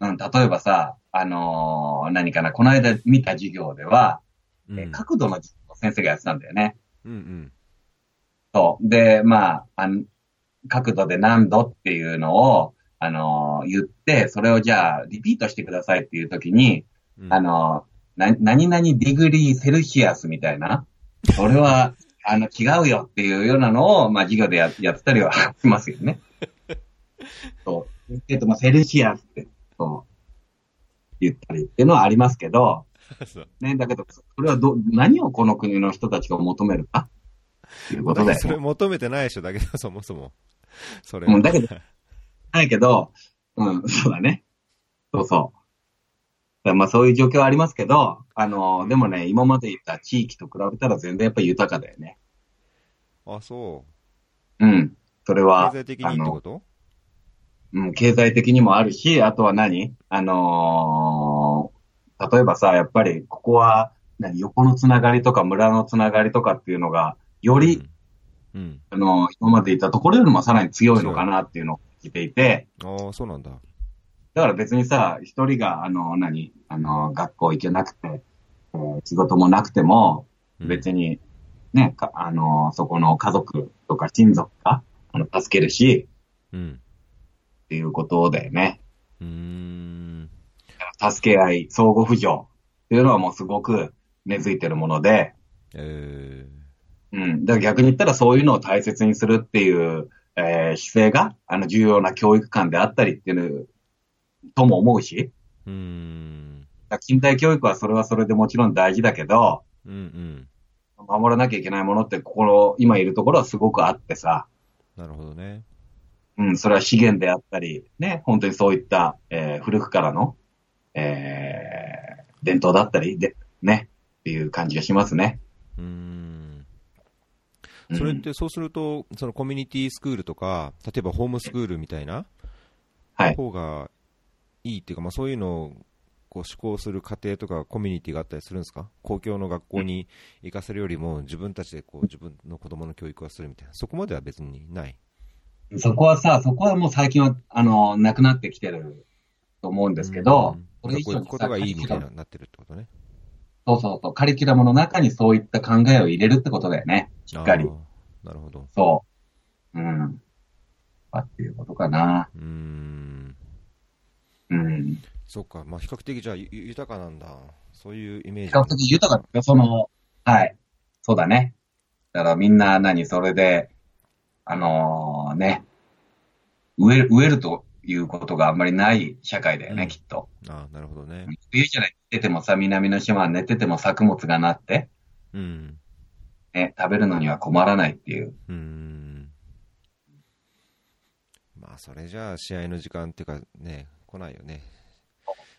Speaker 1: うん、例えばさ、あのー何かな、この間見た授業では、
Speaker 2: うん、う
Speaker 1: え
Speaker 2: ん
Speaker 1: 角度の授業を先生がやってたんだよね。
Speaker 2: うん。
Speaker 1: そう。で、まあ、あの角度で何度っていうのを、あのー言って、それをじゃあ、リピートしてくださいっていう時に、
Speaker 2: うん
Speaker 1: あ、の、な、何々ディグリーセルシアスみたいな、それ は、あの、違うよっていうようなのを、まあ、授業でややってたりはしますよ ね。そう。えっと、まあ、セルシアスって、そう、言ったりっていうのはありますけど、
Speaker 2: そう
Speaker 1: ね、だけど、それはど、何をこの国の人たちが求めるかっていうこと
Speaker 2: だ
Speaker 1: だ
Speaker 2: け
Speaker 1: よ
Speaker 2: どそれ
Speaker 1: ね。
Speaker 2: 求めてないでしょ、だけど、そ もそも。それ
Speaker 1: うんだけどないけど、うん、そうだね。そうそう。だからまあ、そういう状況はありますけど、あの、でもね、今まで言った地域と比べたら全然やっぱり豊かだよね。
Speaker 2: あ、そう。
Speaker 1: うん。それ
Speaker 2: 経
Speaker 1: は、
Speaker 2: 済的にってこと
Speaker 1: うん、経済的にもあるし、あとは何あのー例えばさ、やっぱり、ここは、何、横のつながりとか村のつながりとかっていうのが、より、
Speaker 2: うん。うん。
Speaker 1: あのー今までいたところよりもさらに強いのかなっていうのを聞いていて、
Speaker 2: ああ、そうなんだ。
Speaker 1: だから別にさ、一人が、あのー何、あのー学校行けなくて、えー仕事もなくても、別
Speaker 2: に。
Speaker 1: に、ね、かあのーそこの家族とか親族が、あの、助けるし、
Speaker 2: うん。
Speaker 1: っていうことだよね。
Speaker 2: うーん。
Speaker 1: 助け合い、相互扶助っていうのはもうすごく根付いてるもので、
Speaker 2: え
Speaker 1: うん。だから逆に言ったらそういうのを大切にするっていう、えー姿勢が、あの、重要な教育観であったりっていうのとも思うし、
Speaker 2: ー。うーん。
Speaker 1: だから近代教育はそれはそれでもちろん大事だけど、
Speaker 2: うんうん。
Speaker 1: 守らなきゃいけないものって、ここの、今いるところはすごくあってさ、
Speaker 2: なるほどね。
Speaker 1: うん、それは資源であったり、ね、本当にそういった、えー古くからの、えー伝統だったり、で、ね、っていう感じがしますね。
Speaker 2: うーん。
Speaker 1: うん
Speaker 2: それって、そうすると、そのコミュニティスクールとか、例えばホームスクールみたいな
Speaker 1: はい
Speaker 2: 方がいいっていうか、まあ、そういうのをこう施行する家庭とかコミュニティがあったりするんですか公共の学校に行かせるよりも、自分たちでこう自分の子供の教育をするみたいな、そこまでは別にない。
Speaker 1: そこはさ、そこはもう最近は、あの、なくなってきてると思うんですけど、そ
Speaker 2: うん
Speaker 1: れ以
Speaker 2: こ
Speaker 1: 上
Speaker 2: ういう
Speaker 1: に
Speaker 2: こ
Speaker 1: さ
Speaker 2: とがいいみた
Speaker 1: カ
Speaker 2: い
Speaker 1: リキュラ
Speaker 2: な
Speaker 1: ム
Speaker 2: なってるってことね。
Speaker 1: そうそうそう、カリキュラムの中にそういった考えを入れるってことだよね。しっか
Speaker 2: あ
Speaker 1: り
Speaker 2: ー。なるほど。
Speaker 1: そう。うん。あっていうことかな。
Speaker 2: うーん。
Speaker 1: うん。
Speaker 2: そっか、まあ、比較的じゃあゆ豊かなんだ。そういうイメージ。
Speaker 1: 比較的豊かだよ、その、はい。そうだね。だからみんな何、それで、あのーね、植える、植えるということがあんまりない社会だよね、
Speaker 2: うん
Speaker 1: きっと。
Speaker 2: あーなるほどね。
Speaker 1: 冬じゃない、寝ててもさ、南の島は寝てても作物がなって、
Speaker 2: うん。
Speaker 1: ね、食べるのには困らないっていう。
Speaker 2: うーん。まあ、それじゃあ、試合の時間っていうか、ね、来ないよね。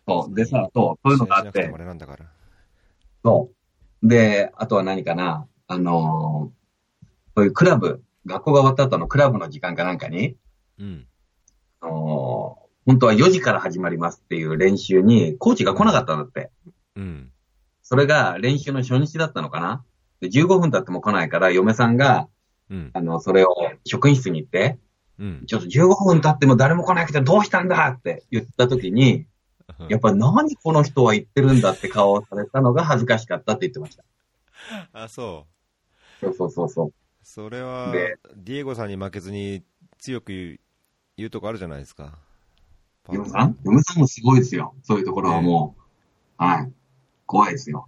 Speaker 1: そう。でさ、そう、そういうのがあ
Speaker 2: 試
Speaker 1: っ
Speaker 2: 合しなくて
Speaker 1: て
Speaker 2: もあ、れなんだから。
Speaker 1: そう。で、あとは何かな、あのーそういうクラブ、学校が終わった後のクラブの時間かなんかに、
Speaker 2: うん。
Speaker 1: あのー本当は4時から始まりますっていう練習に、コーチが来なかったんだって。
Speaker 2: うん。
Speaker 1: それが練習の初日だったのかな。で、15分経っても来ないから、嫁さんが、
Speaker 2: うん。
Speaker 1: あの、それを職員室に行って、
Speaker 2: うん。
Speaker 1: ちょっと15分経っても誰も来なくてどうしたんだって言った時に、やっぱり何この人は言ってるんだって顔をされたのが恥ずかしかったって言ってました。
Speaker 2: あ、そ
Speaker 1: そ
Speaker 2: う。
Speaker 1: うそうそうそう。
Speaker 2: それは
Speaker 1: で、
Speaker 2: ディエゴさんに負けずに強く言う言うとこあるじゃないですか。
Speaker 1: 嫁さん嫁さんもすごいですよ。そういうところはもう。はい。怖いですよ。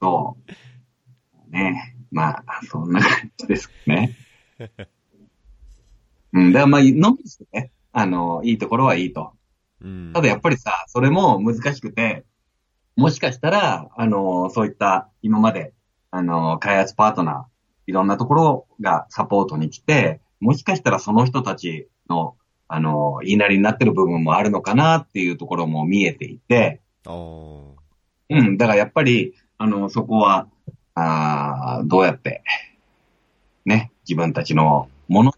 Speaker 1: そう。ねまあ、そんな感じですね。うん、だからまあ、のんびりしてね。あの、いいところはいいと。
Speaker 2: うん。
Speaker 1: ただやっぱりさ、それも難しくて、もしかしたら、あの、そういった今まで、あの、開発パートナー、いろんなところがサポートに来て、もしかしたらその人たちの、あの、言いなりになってる部分もあるのかなっていうところも見えていて、
Speaker 2: あー
Speaker 1: うん、だからやっぱり、あの、そこは、あーどうやって、ね、自分たちのものに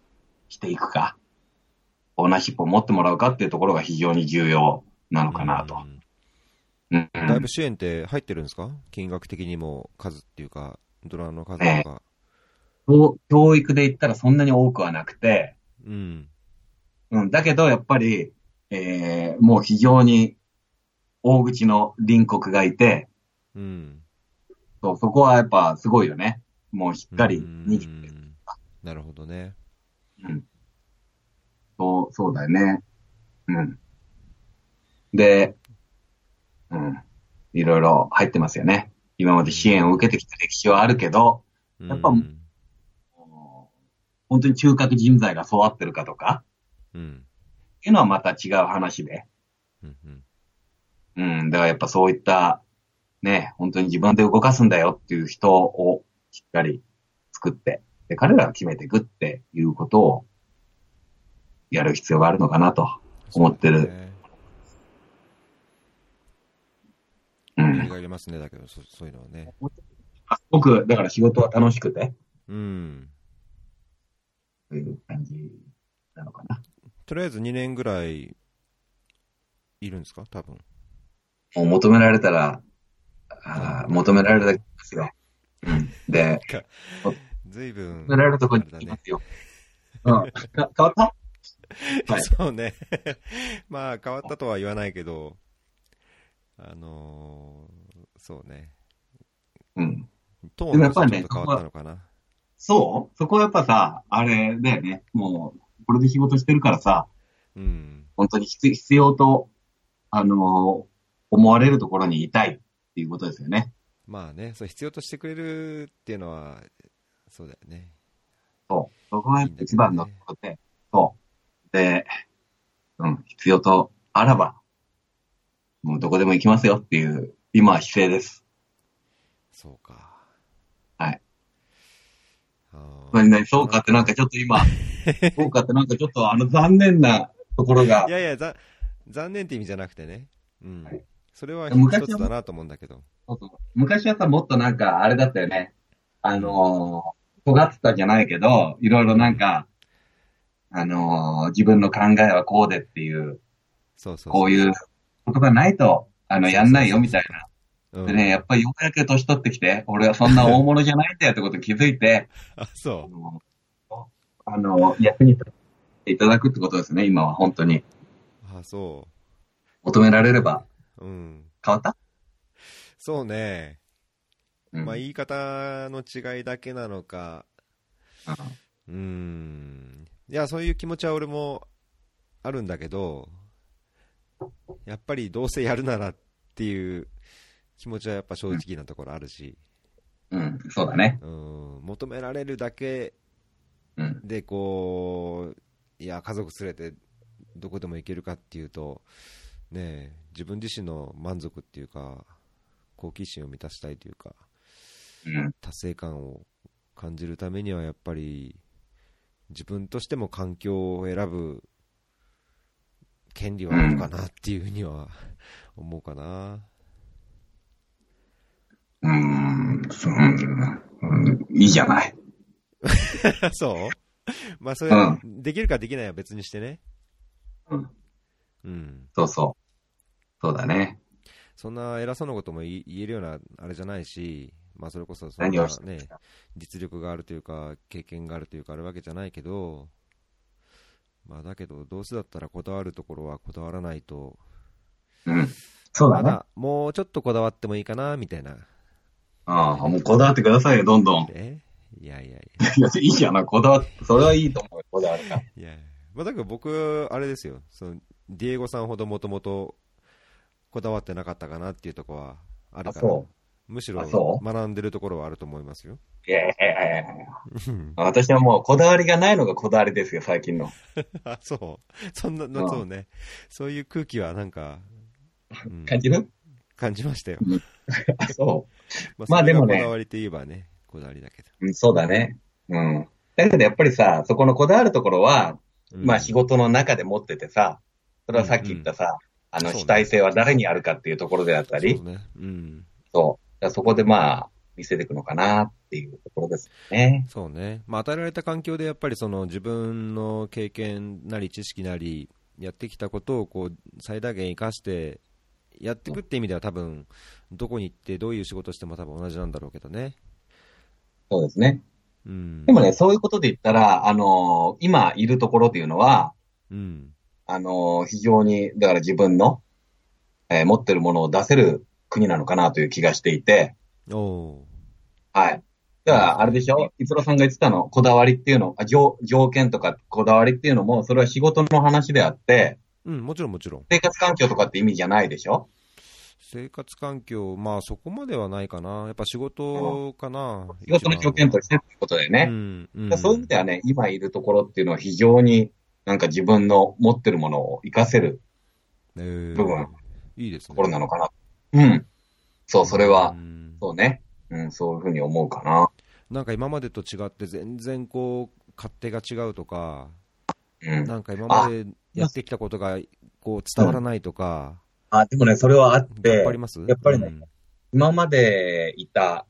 Speaker 1: していくか、オーナーシップを持ってもらうかっていうところが非常に重要なのかなと。
Speaker 2: うん
Speaker 1: うん
Speaker 2: 外部支援って入ってるんですか金額的にも数っていうか、ドラの数とか。
Speaker 1: 教教育で言ったらそんなに多くはなくて、
Speaker 2: うん。
Speaker 1: うん、だけどやっぱり、えーもう非常に大口の隣国がいて、
Speaker 2: うん。
Speaker 1: そうそこはやっぱすごいよね。もうしっかり
Speaker 2: うん
Speaker 1: 握ってる。
Speaker 2: なるほどね。
Speaker 1: うん。そう、そうだよね。うん。で、うん。いろいろ入ってますよね。今まで支援を受けてきた歴史はあるけど、やっぱ
Speaker 2: うん。
Speaker 1: 本当に中核人材が育ってるかとか、
Speaker 2: うん。
Speaker 1: っていうのはまた違う話で。
Speaker 2: うんうん
Speaker 1: うん。だからやっぱそういった、ね、本当に自分で動かすんだよっていう人をしっかり作って、で、彼らが決めていくっていうことをやる必要があるのかなと思って
Speaker 2: そう
Speaker 1: る。
Speaker 2: ね
Speaker 1: う
Speaker 2: 気
Speaker 1: ん
Speaker 2: に。が入れますね、だけど、そそういうのはね。
Speaker 1: 僕、だから仕事は楽しくて、
Speaker 2: うん。
Speaker 1: という感じなのかな。
Speaker 2: とりあえず2年ぐらいいるんですか多分。
Speaker 1: もう求められたら、あー求められるだけですよ。うん。で、
Speaker 2: ずいぶん。
Speaker 1: 求められるとこに
Speaker 2: あ
Speaker 1: いま
Speaker 2: れだね
Speaker 1: すよ。うん。か変わったはい
Speaker 2: そうね。 まあ、変わったとは言わないけど、あのーそうね。
Speaker 1: うん。
Speaker 2: ト
Speaker 1: で
Speaker 2: ーン
Speaker 1: も
Speaker 2: が
Speaker 1: やっ
Speaker 2: ちょ
Speaker 1: ぱ
Speaker 2: っ
Speaker 1: り
Speaker 2: と
Speaker 1: ね
Speaker 2: 変わったのかな。
Speaker 1: そうそこはやっぱさ、あれだよね。もう、これで仕事してるからさ、
Speaker 2: うん。
Speaker 1: 本当に必必要と、あのー思われるところにいたいっていうことですよね。
Speaker 2: まあね、そう必要としてくれるっていうのは、そうだよね。
Speaker 1: そう。そこがやっぱ一番のところで、そう。で、うん、必要とあらば、もうどこでも行きますよっていう、今は姿勢です。
Speaker 2: そうか。
Speaker 1: はい。
Speaker 2: あー
Speaker 1: 何々、そうかってなんかちょっと今、そうかってなんかちょっとあの残念なところが
Speaker 2: い、やいや、ざ残念って意味じゃなくてね。うん。
Speaker 1: はい
Speaker 2: それは
Speaker 1: 昔は
Speaker 2: 一つだなと思うんだけど。
Speaker 1: そうそう昔はさ、もっとなんかあれだったよね。あのー、尖ってたじゃないけど、いろいろなんか、あのー、自分の考えはこうでっていう、
Speaker 2: そうそうそう。
Speaker 1: こういうことがないと、あの、やんないよみたいな。
Speaker 2: うん、
Speaker 1: でね、やっぱりようやく年取ってきて、俺はそんな大物じゃないんだよってことに気づいて、
Speaker 2: あ、
Speaker 1: あ
Speaker 2: そう。
Speaker 1: の、あの役に立っていただくってことですね、今は本当に。
Speaker 2: あ、そ
Speaker 1: 求められれば
Speaker 2: う。うん。
Speaker 1: 変わった、
Speaker 2: そうね。
Speaker 1: うん、
Speaker 2: まあ、言い方の違いだけなのか、
Speaker 1: うん
Speaker 2: うーん。いや、そういう気持ちは俺もあるんだけど、やっぱりどうせやるならっていう気持ちはやっぱ正直なところあるし、
Speaker 1: うん、そうだね。
Speaker 2: うん、求められるだけ
Speaker 1: うん。
Speaker 2: でこういや家族連れてどこでも行けるかっていうとねえ自分自身の満足っていうか好奇心を満たしたいというか
Speaker 1: うん。
Speaker 2: 達成感を感じるためにはやっぱり自分としても環境を選ぶ権利はあるかなっていうふうには思うかな、
Speaker 1: うーん、そううん、いいじゃない。
Speaker 2: そうまあそれ、
Speaker 1: うん
Speaker 2: できるかできないは別にしてね
Speaker 1: うん、
Speaker 2: うん
Speaker 1: そうそう。そうだね。
Speaker 2: そんな偉そうなことも言い言えるようなあれじゃないし、まあ、それこそそん
Speaker 1: 何
Speaker 2: な
Speaker 1: をしてる
Speaker 2: ね、実力があるというか、経験があるというか、あるわけじゃないけど、まあ、だけど、どうせだったらこだわるところはこだわらないと、
Speaker 1: うん。そうだ
Speaker 2: ま
Speaker 1: ね。
Speaker 2: だもうちょっとこだわってもいいかなみたいな、
Speaker 1: ああ、もうこだわってくださいよ、どんどん。
Speaker 2: えいやいやい
Speaker 1: いや、いいじゃない、こだわって、それはいいと思うよ、こだわりが。
Speaker 2: や、いやまあ、だけど僕、あれですよ、そのディエゴさんほどもともとこだわってなかったかなっていうところはある
Speaker 1: あ、
Speaker 2: から、
Speaker 1: そ
Speaker 2: むし
Speaker 1: あ
Speaker 2: ろ
Speaker 1: そう
Speaker 2: 学んでるところはあると思いますよ。
Speaker 1: う。いやいやいやいや私はもうこだわりがないのがこだわりですよ、最近の。
Speaker 2: あ、そう。そんな、
Speaker 1: ん
Speaker 2: そうね。そういう空気はなんか、うん
Speaker 1: 感じる
Speaker 2: 感じましたよ。
Speaker 1: あ、そ
Speaker 2: ま
Speaker 1: まあ
Speaker 2: それ
Speaker 1: で
Speaker 2: が
Speaker 1: もね
Speaker 2: こだわりといえばね、こだわりだけど。
Speaker 1: う。うん、そうだね。うん。だけどやっぱりさ、そこのこだわるところは、
Speaker 2: うん
Speaker 1: まあ仕事の中で持っててさ、それはさっき言ったさ、あの
Speaker 2: そうね
Speaker 1: 主体性は誰にあるかっていうところであったり
Speaker 2: そう、ね。うん。
Speaker 1: そう。だからそこでまあ、見せていくのかなっていうところですね。
Speaker 2: そうね。まあ、与えられた環境でやっぱりその自分の経験なり知識なり、やってきたことをこう、最大限活かしてやっていくって意味では多分、どこに行ってどういう仕事しても多分同じなんだろうけどね。
Speaker 1: そうですね。
Speaker 2: うん。
Speaker 1: でもね、そういうことで言ったら、あのー今いるところっていうのは、
Speaker 2: うん。
Speaker 1: あのー非常に、だから自分の、えー持ってるものを出せる国なのかなという気がしていて、
Speaker 2: おお
Speaker 1: はい。だから、あれでしょ逸郎さんが言ってたの、こだわりっていうの、あ条条件とかこだわりっていうのも、それは仕事の話であって、
Speaker 2: ー。うん、もちろんもちろん。
Speaker 1: 生活環境とかって意味じゃないでしょ
Speaker 2: 生活環境、まあそこまではないかな。やっぱ仕事かな。
Speaker 1: 仕事の条件としてってことだよね。
Speaker 2: うん。う
Speaker 1: だから
Speaker 2: ん。
Speaker 1: そういう意味ではね、今いるところっていうのは非常になんか自分の持ってるものを活かせる
Speaker 2: えー
Speaker 1: 部分
Speaker 2: いいですね。
Speaker 1: ところなのかな。うん。そう、それは
Speaker 2: う、ん
Speaker 1: そうね。うん、そういうふうに思うかな。
Speaker 2: なんか今までと違って全然こう、勝手が違うとか、
Speaker 1: うん。
Speaker 2: なんか今までやってきたことがこう伝わらないとか、
Speaker 1: あ、でもね、それはあっ
Speaker 2: やってぱ、ります
Speaker 1: やっぱりね今までいた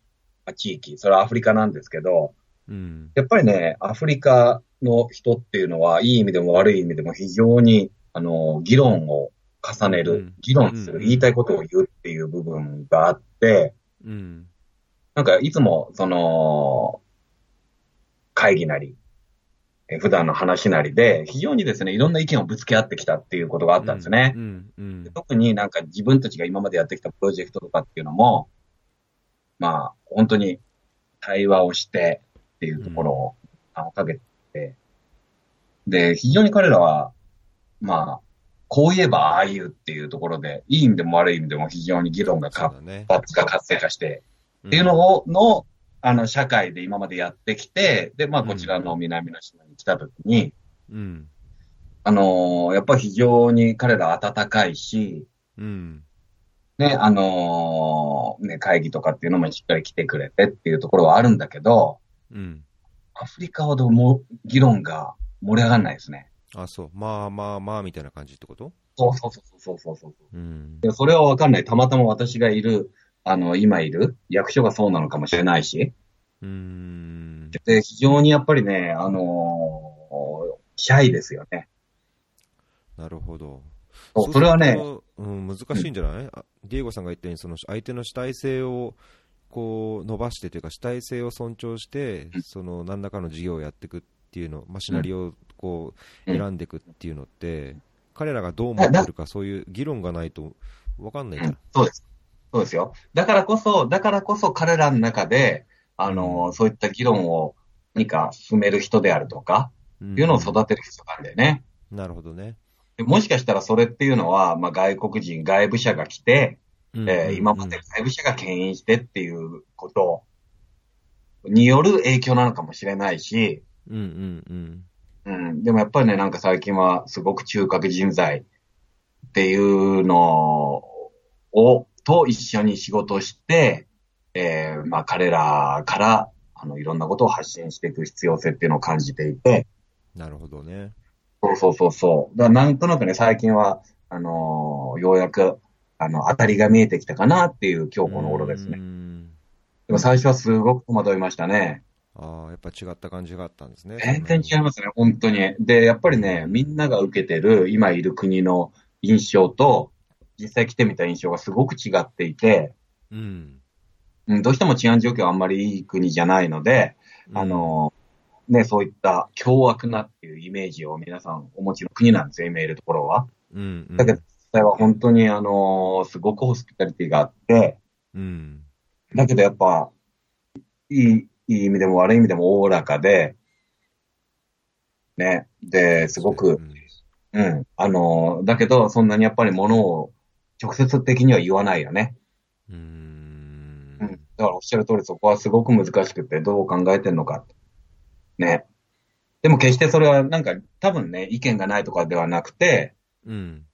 Speaker 1: まあ地域、それはアフリカなんですけど、
Speaker 2: うん。うん
Speaker 1: やっぱりね、アフリカの人っていうのは、いい意味でも悪い意味でも非常に、あの、議論を重ね
Speaker 2: う
Speaker 1: る
Speaker 2: ん、
Speaker 1: 議論す
Speaker 2: うん
Speaker 1: る、言いたいことを言うっていう部分があって、
Speaker 2: うん。
Speaker 1: なんかいつも、その、会議なり、え普段の話なりで、非常にですね、いろんな意見をぶつけ合ってきたっていうことがあったんですね。
Speaker 2: うん。うん。
Speaker 1: 特になんか自分たちが今までやってきたプロジェクトとかっていうのも、まあ、本当に対話をしてっていうところを、あの、かけて、で、非常に彼らは、まあ、こう言えばああいうっていうところで、いい意味でも悪い意味でも非常に議論が
Speaker 2: そう
Speaker 1: 活
Speaker 2: だね。
Speaker 1: 発化、活性化して、
Speaker 2: っ
Speaker 1: っていうのを、の、あの、社会で今までやってきて、で、まあ、こちらの南の島に来たときに、
Speaker 2: うん。
Speaker 1: あのーやっぱり非常に彼ら温かいし、
Speaker 2: うん。
Speaker 1: ね、あのーね、会議とかっていうのもしっかり来てくれてっていうところはあるんだけど、
Speaker 2: うん。
Speaker 1: アフリカほども議論が盛り上がらないですね。
Speaker 2: あ、そう。まあまあまあ、みたいな感じってこと
Speaker 1: そうそうそうそうそうそう。
Speaker 2: うん。
Speaker 1: でそれはわかんない。たまたま私がいる、あの、今いる役所がそうなのかもしれないし。
Speaker 2: うん。
Speaker 1: で、非常にやっぱりね、あのーシャイですよね。
Speaker 2: なるほど。
Speaker 1: そう
Speaker 2: う
Speaker 1: それはね
Speaker 2: する、と、うん、難しいんじゃない、あディエゴさんが言ったように、その相手の主体性をこう伸ばしてというか、主体性を尊重して、その何らかの事業をやっていくっていうの、まあ、シナリオをこう
Speaker 1: うん
Speaker 2: 選んでいくっていうのって、彼らがどう思ってるか、そういう議論がないと分かんないじゃん。
Speaker 1: そうです。そうですよ。だからこそ、だからこそ彼らの中で、あのーそういった議論を何か進める人であるとか、
Speaker 2: うん
Speaker 1: いうのを育てる人なんだよね。
Speaker 2: なるほどね。
Speaker 1: でもしかしたらそれっていうのは、まあ、外国人、外部者が来て、
Speaker 2: うん
Speaker 1: えー今まで外部者が牽引してっていうことによる影響なのかもしれないし、
Speaker 2: うんうんうん。
Speaker 1: うん、でもやっぱりね、なんか最近はすごく中核人材っていうのを、と一緒に仕事をして、えーまあ彼らから、あの、いろんなことを発信していく必要性っていうのを感じていて、
Speaker 2: なるほどね。
Speaker 1: そうそうそうそう。だからなんとなくね、最近は、あのーようやく、あの、当たりが見えてきたかなっていう今日この頃ですね
Speaker 2: う。ん
Speaker 1: でも最初はすごく戸惑いましたね。
Speaker 2: ああ、やっぱ違った感じがあったんですね。
Speaker 1: 全然違いますね、本当に。で、やっぱりね、みんなが受けてる今いる国の印象と、実際来てみた印象がすごく違っていて、
Speaker 2: うん。
Speaker 1: うん、どうしても治安状況はあんまりいい国じゃないので、
Speaker 2: うん
Speaker 1: あ、のーね、そういった凶悪なっていうイメージを皆さんお持ちの国なんですよ、今いるところは。
Speaker 2: うん、うん
Speaker 1: だけど、実際は本当に、あのーすごくホスピタリティがあって、
Speaker 2: うん。
Speaker 1: だけどやっぱ、いい、いい意味でも悪い意味でもおおらかで、ね、で、すご
Speaker 2: う
Speaker 1: く、
Speaker 2: ん
Speaker 1: うん、あのーだけど、そんなにやっぱり物を直接的には言わないよね。
Speaker 2: うーん
Speaker 1: うん。だからおっしゃる通りそこはすごく難しくて、どう考えてんのか。ね。でも決してそれはなんか、多分ね、意見がないとかではなくて、
Speaker 2: うん。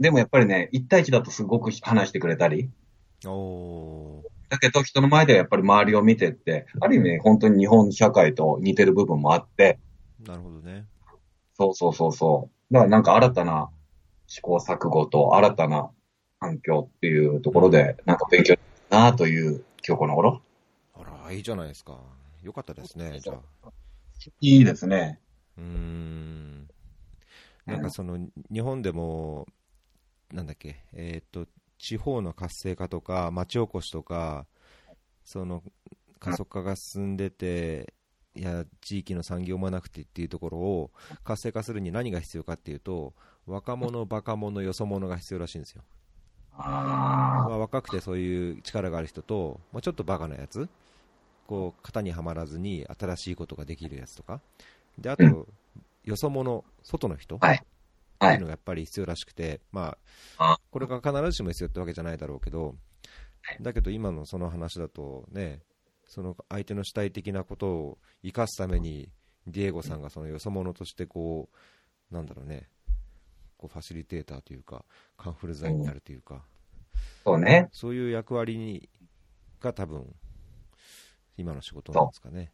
Speaker 1: でもやっぱりね、一対一だとすごく話してくれたり、
Speaker 2: おー
Speaker 1: だけど、人の前ではやっぱり周りを見てって、ある意味ね、本当に日本社会と似てる部分もあって、
Speaker 2: なるほどね。
Speaker 1: そうそうそうそう。だからなんか新たな試行錯誤と新たな環境っていうところで、なんか勉強になるなという今日この頃。
Speaker 2: あら、いいじゃないですか。よかったですね、じゃあ。
Speaker 1: いいですね。
Speaker 2: うーん。なんかその、日本でも、なんだっけ、えーっと、地方の活性化とか町おこしとかその加速化が進んでていや地域の産業もなくてっていうところを活性化するに何が必要かっていうと若者、バカ者、よそ者が必要らしいんですよ、
Speaker 1: あ
Speaker 2: まあ、若くてそういう力がある人と、まあ、ちょっとバカなやつこう型にはまらずに新しいことができるやつとかであと、
Speaker 1: うん
Speaker 2: よそ者、外の人、
Speaker 1: はいあ、は
Speaker 2: ってい
Speaker 1: い
Speaker 2: うの。がやっぱり必要らしくて、まあ
Speaker 1: あ、
Speaker 2: これが必ずしも必要ってわけじゃないだろうけど
Speaker 1: は、い
Speaker 2: だけど今のその話だとね、その相手の主体的なことを生かすために、ディエゴさんがそのよそ者としてこう、なんだろうね、こうファシリテーターというか、カンフル剤になるというか、
Speaker 1: そうね。
Speaker 2: そういう役割にが多分、今の仕事なんですかね。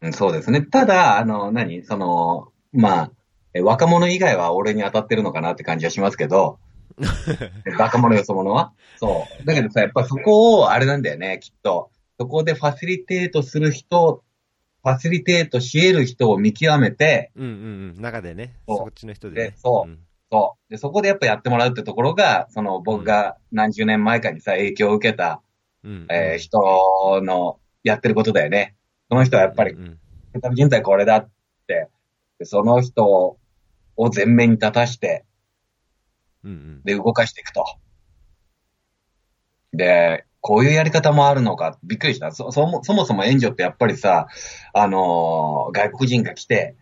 Speaker 1: うん、そうですね。ただ、あの、何その、まあ、え若者以外は俺に当たってるのかなって感じはしますけど、若者よそ者は。そう。だけどさ、やっぱそこを、あれなんだよね、きっと。そこでファシリテートする人、ファシリテートし得る人を見極めて、
Speaker 2: うんうんうん、中でね、
Speaker 1: そう
Speaker 2: そっちの人でね
Speaker 1: で。そうんそう。で、そこでやっぱやってもらうってところが、その僕が何十年前かにさ、影響を受けた、
Speaker 2: うん
Speaker 1: えー人のやってることだよね。その人はやっぱり
Speaker 2: う、ん
Speaker 1: エンタメ人材これだって、でその人を前面に立たして、
Speaker 2: うんうん、
Speaker 1: で、動かしていくと。で、こういうやり方もあるのか、びっくりした。そ、そもそもそも援助ってやっぱりさ、あのー外国人が来て、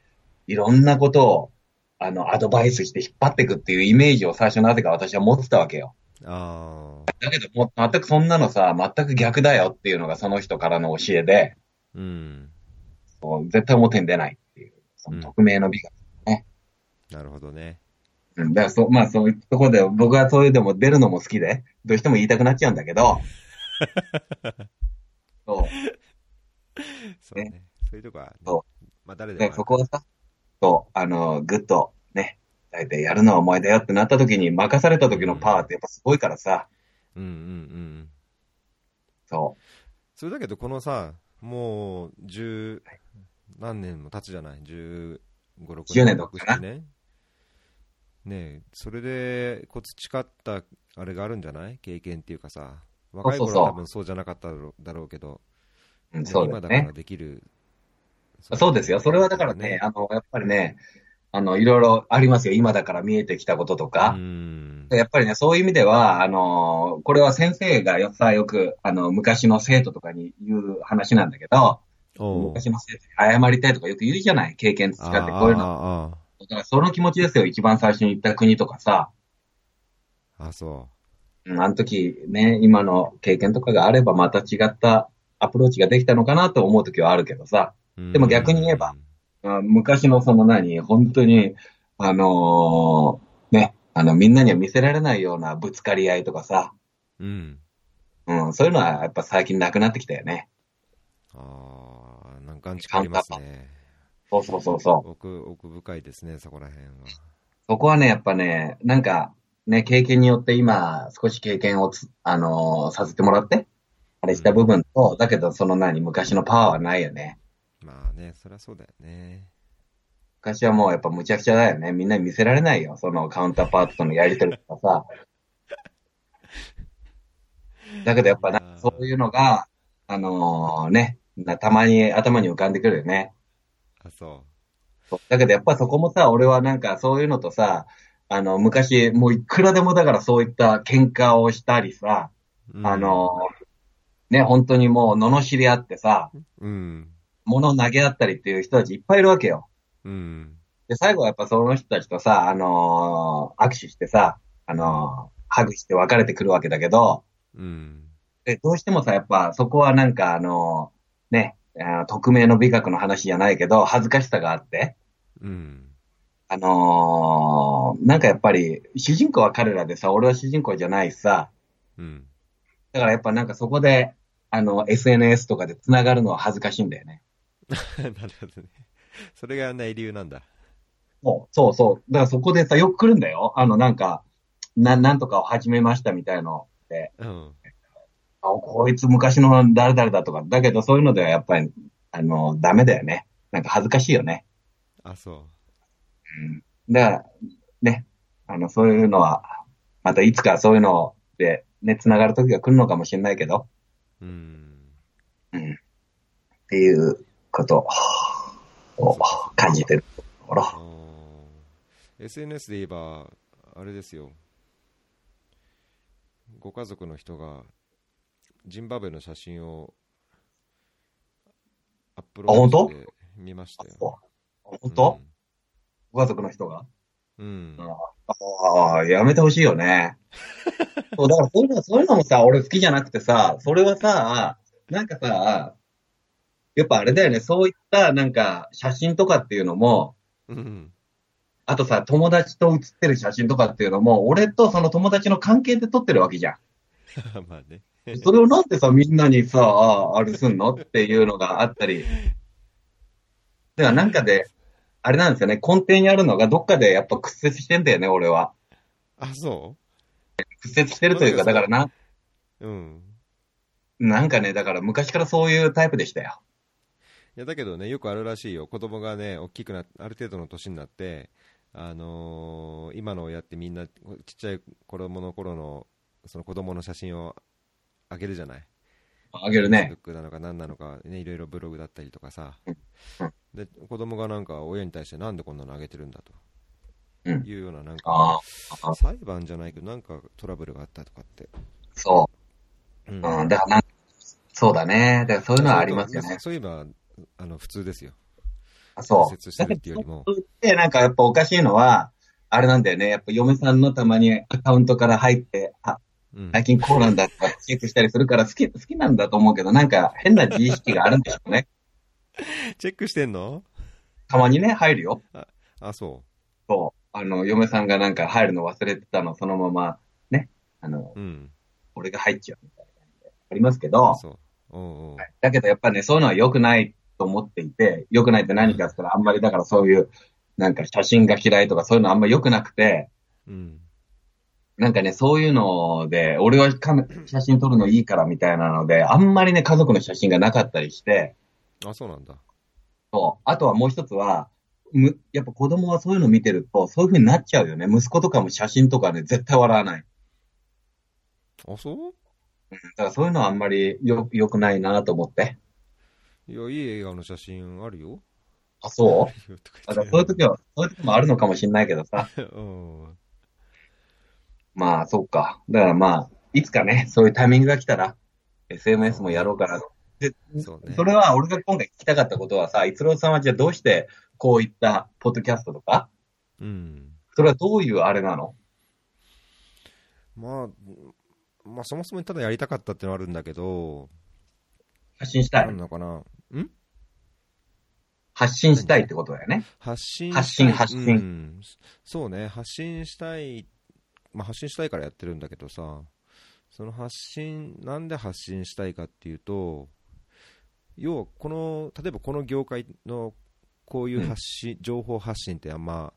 Speaker 1: いろんなことを、あの、アドバイスして引っ張っていくっていうイメージを最初なぜか私は持ってたわけよ。
Speaker 2: ああ。
Speaker 1: だけど、もう全くそんなのさ、全く逆だよっていうのがその人からの教えで、
Speaker 2: うん、
Speaker 1: もう絶対表に出ないっていう、その匿名の美学。
Speaker 2: なるほどね。
Speaker 1: うん、だからそう、まあそういうところで、僕はそういうでも出るのも好きで、どうしても言いたくなっちゃうんだけ ど、そう。
Speaker 2: そうね。そういうとこはね、
Speaker 1: そ
Speaker 2: まあ誰で
Speaker 1: で、
Speaker 2: もあ
Speaker 1: そ
Speaker 2: る。
Speaker 1: こをさ、そう、あの、ぐっとね、大体やるのはお前だよってなった時に、任された時のパワーってやっぱすごいからさ、
Speaker 2: うんうんうん。
Speaker 1: そ
Speaker 2: それだけど、このさ、もう十何年も経つじゃない ?15、6年。
Speaker 1: 10年とかかな
Speaker 2: 6 7年ねえ、それでこう培ったあれがあるんじゃない経験っていうかさ、若い
Speaker 1: そうそう
Speaker 2: 頃
Speaker 1: そう
Speaker 2: は多分そうじゃなかっただろうだろうけど、
Speaker 1: う、うん、そうで
Speaker 2: 今
Speaker 1: す
Speaker 2: だから
Speaker 1: ね。
Speaker 2: できる。
Speaker 1: そうですよ。それはだからね、あの、やっぱりね、あの、いろいろありますよ。今だから見えてきたこととか
Speaker 2: う。ん。
Speaker 1: やっぱりね、そういう意味では、あの、これは先生がよさよく、あの、昔の生徒とかに言う話なんだけど、
Speaker 2: おう
Speaker 1: 昔の生徒に謝りたいとかよく言うじゃない経験使って、こういうの。
Speaker 2: ああ
Speaker 1: だからその気持ちですよ。一番最初に行った国とかさ、
Speaker 2: ああ、あそ
Speaker 1: うん、あの時ね、今の経験とかがあればまた違ったアプローチができたのかなと思う時はあるけどさ、
Speaker 2: う。
Speaker 1: でも逆に言えばうん昔のその何、本当に、あのーね、あの、みんなには見せられないようなぶつかり合いとかさ、
Speaker 2: うん、うん。
Speaker 1: うん、そういうのはやっぱ最近なくなってきたよね。
Speaker 2: ああ、なんか感じありますね。
Speaker 1: そうそうそうそう。
Speaker 2: 奥、奥深いですね、そこら辺は。
Speaker 1: そこはね、やっぱね、なんか、ね、経験によって今、少し経験をつ、あのーさせてもらって、あれした部分と、だけどその何、昔のパワーはないよね。
Speaker 2: まあね、そりゃそうだよね。
Speaker 1: 昔はもうやっぱむちゃくちゃだよね。みんなに見せられないよ。そのカウンターパートとのやりとりとかさ。だけどやっぱ
Speaker 2: いや
Speaker 1: な
Speaker 2: ー、
Speaker 1: そういうのが、あのーね、なたまに頭に浮かんでくるよね。
Speaker 2: あ、そ
Speaker 1: そうだけどやっぱそこもさ、俺はなんかそういうのとさ、あの、昔、もういくらでもだからそういった喧嘩をしたりさ、
Speaker 2: う。うん
Speaker 1: あ、の、ね、本当にもう罵り合ってさ、
Speaker 2: うん。
Speaker 1: 物投げ合ったりっていう人たちいっぱいいるわけよ。
Speaker 2: うん。
Speaker 1: で、最後はやっぱその人たちとさ、あの握手してさ、あのハグして別れてくるわけだけど、
Speaker 2: うん。
Speaker 1: で、どうしてもさ、やっぱそこはなんかあのね、あー匿名の美学の話じゃないけど、恥ずかしさがあって、
Speaker 2: うん。
Speaker 1: あのーなんかやっぱり、主人公は彼らでさ、俺は主人公じゃないしさ、
Speaker 2: うん。
Speaker 1: だからやっぱなんかそこで、あの、SNS とかで繋がるのは恥ずかしいんだよね。
Speaker 2: なるほどね。それがね、理由なんだ。
Speaker 1: そうそうそう。だからそこでさ、よく来るんだよ。あの、なんか、な、なんとかを始めましたみたいのって、
Speaker 2: うん。
Speaker 1: あ、こいつ昔の誰々だとか、だけどそういうのではやっぱり、あの、ダメだよね。なんか恥ずかしいよね。
Speaker 2: あ、そ
Speaker 1: だから、ね、あの、そういうのは、またいつかそういうのをって、ね、繋がる時が来るのかもしれないけど、
Speaker 2: うん。
Speaker 1: うん。っていうことを感じてるところ。
Speaker 2: あー SNS で言えば、あれですよ、ご家族の人がジンバブエの写真をアップロードして見ましたよ。
Speaker 1: 本当、ご家族の人が
Speaker 2: うん、うん
Speaker 1: あああ、やめてほしいよね。そう、だからそういうの、そういうのもさ、俺好きじゃなくてさ、それはさ、なんかさ、やっぱあれだよね、そういったなんか写真とかっていうのも、
Speaker 2: うん
Speaker 1: あとさ、友達と写ってる写真とかっていうのも、俺とその友達の関係で撮ってるわけじゃ
Speaker 2: まあね、
Speaker 1: ん。それをなんでさ、みんなにさ、ああれすんのっていうのがあったり。ではなんかで、あれなんですよね、根底にあるのがどっかでやっぱ屈折してんだよね、俺は。
Speaker 2: あそ
Speaker 1: 屈折してるというか、だ
Speaker 2: そうで
Speaker 1: から
Speaker 2: すか
Speaker 1: な、
Speaker 2: う、うん、
Speaker 1: なんかね、だから昔からそういうタイプでしたよ。
Speaker 2: いやだけどね、よくあるらしいよ、子供がね、大きくなっある程度の年になって、あのー今の親ってみんな、ちっちゃい子供の頃のその子供の写真をあげるじゃない。
Speaker 1: あげるね。
Speaker 2: Facebook なのか何なのか、ね、いろいろブログだったりとかさ
Speaker 1: うんうん、
Speaker 2: で子供がなんか親に対して、なんでこんなのあげてるんだと、
Speaker 1: うん
Speaker 2: いうような、なんか
Speaker 1: ああ、
Speaker 2: 裁判じゃないけど、なんかトラブルがあったとかって、
Speaker 1: そ
Speaker 2: うん
Speaker 1: う。うん、だからなんそうだね。だからそういうのはありますよね。
Speaker 2: そういうのはあの普通ですよ、
Speaker 1: あそ
Speaker 2: 屈
Speaker 1: う
Speaker 2: 折。して
Speaker 1: だ
Speaker 2: る
Speaker 1: け
Speaker 2: っていうよりも
Speaker 1: ど、そうってなんかやっぱおかしいのは、あれなんだよね。やっぱ嫁さんのたまにアカウントから入って、あ、
Speaker 2: うん
Speaker 1: 最近こうなんだとかチェックしたりするから好き、好 きなんだと思うけど、なんか変な自意識があるんでしょうね。
Speaker 2: チェックしてんの
Speaker 1: たまにね、入るよ。
Speaker 2: あ、そ
Speaker 1: そう。あの、嫁さんがなんか入るの忘れてたの、そのまま、ね。あの、
Speaker 2: う、うん、
Speaker 1: 俺が入っちゃうみたいな感じでありますけど、
Speaker 2: そう、おうおう
Speaker 1: だけどやっぱね、そういうのは良くないと思っていて、良くないって何かって言ったら、あんまりだからそういう、なんか写真が嫌いとかそういうのあんま良くなくて、
Speaker 2: うん、
Speaker 1: なんかね、そういうので、俺はカメ写真撮るのいいからみたいなので、あんまりね、家族の写真がなかったりして、
Speaker 2: あ、そうなんだ、
Speaker 1: そう。あとはもう一つは、むやっぱ子供はそういうの見てると、そういう風になっちゃうよね。息子とかも写真とかね、絶対笑わない。
Speaker 2: あ、そう
Speaker 1: だからそういうのはあんまりよ良くないなと思って。
Speaker 2: いや、いい映画の写真あるよ。
Speaker 1: あ、そう
Speaker 2: あるよと
Speaker 1: だ
Speaker 2: か
Speaker 1: から
Speaker 2: 言って
Speaker 1: そういう 時は、そういう時もあるのかもしれないけどさ。
Speaker 2: うん
Speaker 1: まあ、そうか。だからまあ、いつかね、そういうタイミングが来たら、SNS もやろうかな。で、
Speaker 2: そうね
Speaker 1: それは俺が今回聞きたかったことはさ、逸郎さんはじゃあどうしてこういったポッドキャストとか、
Speaker 2: うん
Speaker 1: それはどういうあれなの
Speaker 2: まあ、まあ、そもそもただやりたかったってのはあるんだけど、
Speaker 1: 発信した
Speaker 2: なん
Speaker 1: い。
Speaker 2: のかな、ん
Speaker 1: 発信したいってことだよね。
Speaker 2: 発信
Speaker 1: 発信
Speaker 2: したい
Speaker 1: 発信
Speaker 2: うんそうね、発信したい、まあ、発信したいからやってるんだけどさ、その発信、なんで発信したいかっていうと、要はこの、例えばこの業界のこういう発信、情報発信ってあんま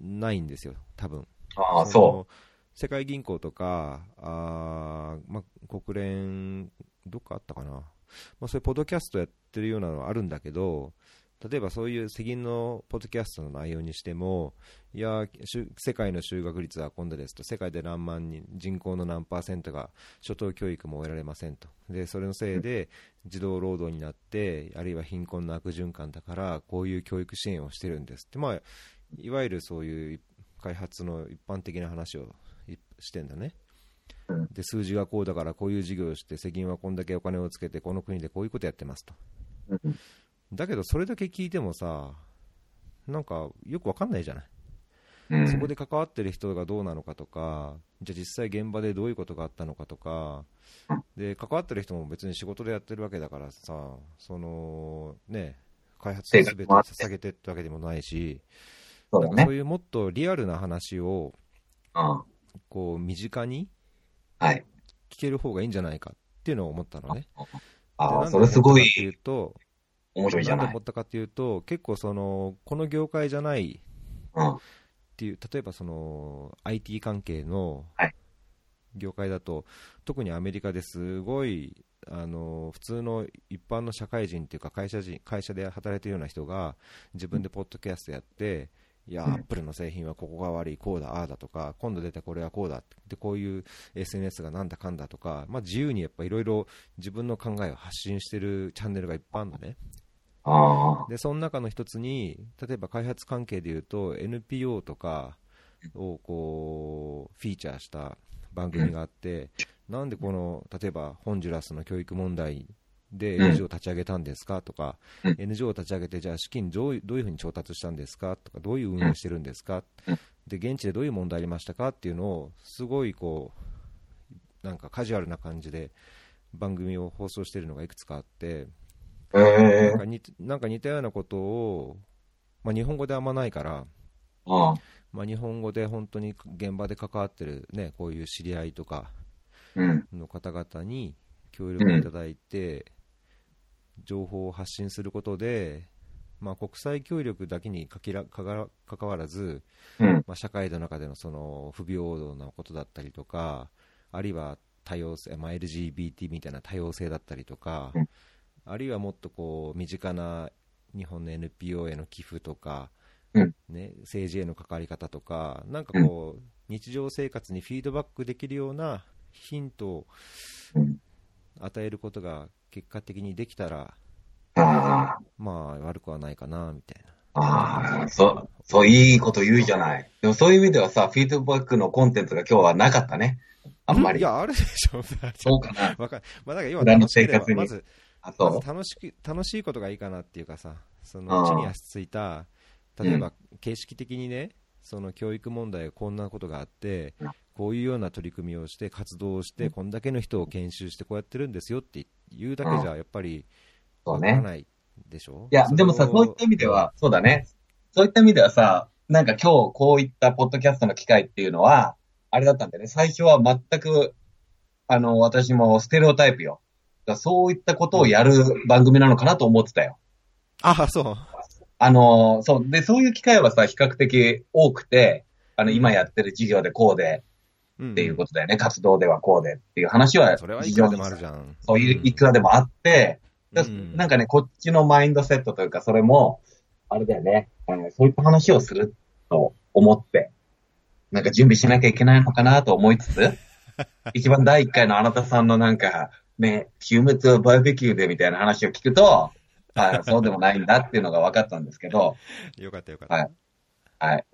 Speaker 2: ないんですよ、多分
Speaker 1: ああ、そう
Speaker 2: 世界銀行とか、あーまあ、国連、どっかあったかな、まあ、そういうポッドキャストやってるようなのはあるんだけど、例えばそういう世銀のポッドキャストの内容にしても、いやー、しゅ世界の就学率は今度ですと、世界で何万人、人口の何パーセントが初等教育も終えられませんと、でそれのせいで児童労働になって、あるいは貧困の悪循環だから、こういう教育支援をしてるんですって、まあ、いわゆるそういう開発の一般的な話をいしてんだね、
Speaker 1: うん
Speaker 2: で数字がこうだからこういう事業をして世銀はこんだけお金をつけてこの国でこういうことやってますと
Speaker 1: うん。
Speaker 2: だけどそれだけ聞いてもさなんかよくわかんないじゃない、
Speaker 1: うん
Speaker 2: そこで関わってる人がどうなのかとかじゃあ実際現場でどういうことがあったのかとかで関わってる人も別に仕事でやってるわけだからさそのね開発のすべてを捧げてってわけでもないし、
Speaker 1: そう
Speaker 2: な
Speaker 1: だ
Speaker 2: んかそ
Speaker 1: ね
Speaker 2: う。いうもっとリアルな話を
Speaker 1: うん。
Speaker 2: こう身近に
Speaker 1: はい。
Speaker 2: 聞ける方がいいんじゃないかっていうのを思ったのね。
Speaker 1: ああ、
Speaker 2: で
Speaker 1: それすごい
Speaker 2: なんで思ったかっていう
Speaker 1: 面
Speaker 2: と、
Speaker 1: 白いじゃ
Speaker 2: なんで
Speaker 1: ない
Speaker 2: 思。ったかっていうと、結構その、この業界じゃない
Speaker 1: うん。
Speaker 2: っていう、例えばその、IT 関係の
Speaker 1: はい
Speaker 2: 業界だと、特にアメリカですごい、あの普通の一般の社会人っていうか会社人会社で働いてるような人が自分でポッドキャストやっていや、アップルの製品はここが悪い、こうだ、ああだとか、今度出たこれはこうだって、でこういう SNS がなんだかんだとか、まあ、自由にやっぱいろいろ自分の考えを発信してるチャンネルがいっぱいあるのね。
Speaker 1: ああ。
Speaker 2: で、その中の一つに、例えば開発関係でいうと、NPO とかをこう、フィーチャーした番組があって、なんでこの、例えばホンジュラスの教育問題で
Speaker 1: うん
Speaker 2: NGO を立ち上げたんですかとか
Speaker 1: うん
Speaker 2: NGO を立ち上げて、じゃあ資金どういうどういうふうに調達したんですかとか、どういう運用してるんですか
Speaker 1: うん
Speaker 2: で、現地でどういう問題ありましたかっていうのを、すごいこう、なんかカジュアルな感じで番組を放送してるのがいくつかあって、
Speaker 1: ええ
Speaker 2: なんか似てなんか似たようなことを、まあ、日本語であんまないから、
Speaker 1: ああ。
Speaker 2: まあ、日本語で本当に現場で関わってる、ね、こういう知り合いとか
Speaker 1: うん。
Speaker 2: の方々に協力いただいて、情報を発信することで、まあ、国際協力だけにかきらかがら関わらず、
Speaker 1: うん。
Speaker 2: まあ、社会の中でのその不平等なことだったりとか、あるいは多様性、まあ、LGBT みたいな多様性だったりとか、
Speaker 1: うん
Speaker 2: あるいはもっとこう身近な日本の NPO への寄付とか、
Speaker 1: うん
Speaker 2: ね、政治への関わり方とか、なんかこう、日常生活にフィードバックできるようなヒントを
Speaker 1: うん
Speaker 2: 与えることが結果的にできたら、
Speaker 1: あ
Speaker 2: まあ、悪くはないかなみたいな。
Speaker 1: あ。ああ。そう、そう、いいこと言うじゃない。でもそういう意味ではさ、フィードバックのコンテンツが今日はなかったね。あんまり。
Speaker 2: いや、あるでしょ、
Speaker 1: そうかな。
Speaker 2: わかんまあ、だから要は
Speaker 1: 普段の
Speaker 2: 楽しけれ
Speaker 1: 生
Speaker 2: ば
Speaker 1: 活に
Speaker 2: まず
Speaker 1: あ、
Speaker 2: ま
Speaker 1: そ
Speaker 2: ず楽しく楽しいことがいいかなっていうかさ、そ
Speaker 1: あ
Speaker 2: の
Speaker 1: ー
Speaker 2: 地に足ついた、例えば形式的にね、その教育問題、こんなことがあって
Speaker 1: うん、
Speaker 2: こういうような取り組みをして、活動をして、こんだけの人を研修して、こうやってるんですよって言うだけじゃ、やっぱり
Speaker 1: う。そう
Speaker 2: わか
Speaker 1: ね
Speaker 2: ら。ないでしょ。
Speaker 1: いや、
Speaker 2: れを
Speaker 1: でもさ、そういった意味で、は、そうだね。そういった意味ではさ、なんか今日こういったポッドキャストの機会っていうのは、あれだったんだよね。最初は全く、あの、私もステレオタイプよ。だからそういったことをやる番組なのかなと思ってたよ。
Speaker 2: ああ、そう。
Speaker 1: あの、そう。で、そういう機会はさ、比較的多くて、あの、今やってる事業でこうで
Speaker 2: うん
Speaker 1: っていうことだよね。活動ではこうでっていう話は、
Speaker 2: それはいくらでもあるじゃん。
Speaker 1: そういう、いくらでもあって、だ
Speaker 2: うん
Speaker 1: なんかね、こっちのマインドセットというか、それも、あれだよね、あのそういった話をすると思って、なんか準備しなきゃいけないのかなと思いつ つ、一番第一回のあなたさんのなんか、ね、週末はバーベキューでみたいな話を聞くと、 あそうでもないんだっていうのが分かったんですけど、
Speaker 2: よかったよかっ
Speaker 1: はい
Speaker 2: た。
Speaker 1: はい。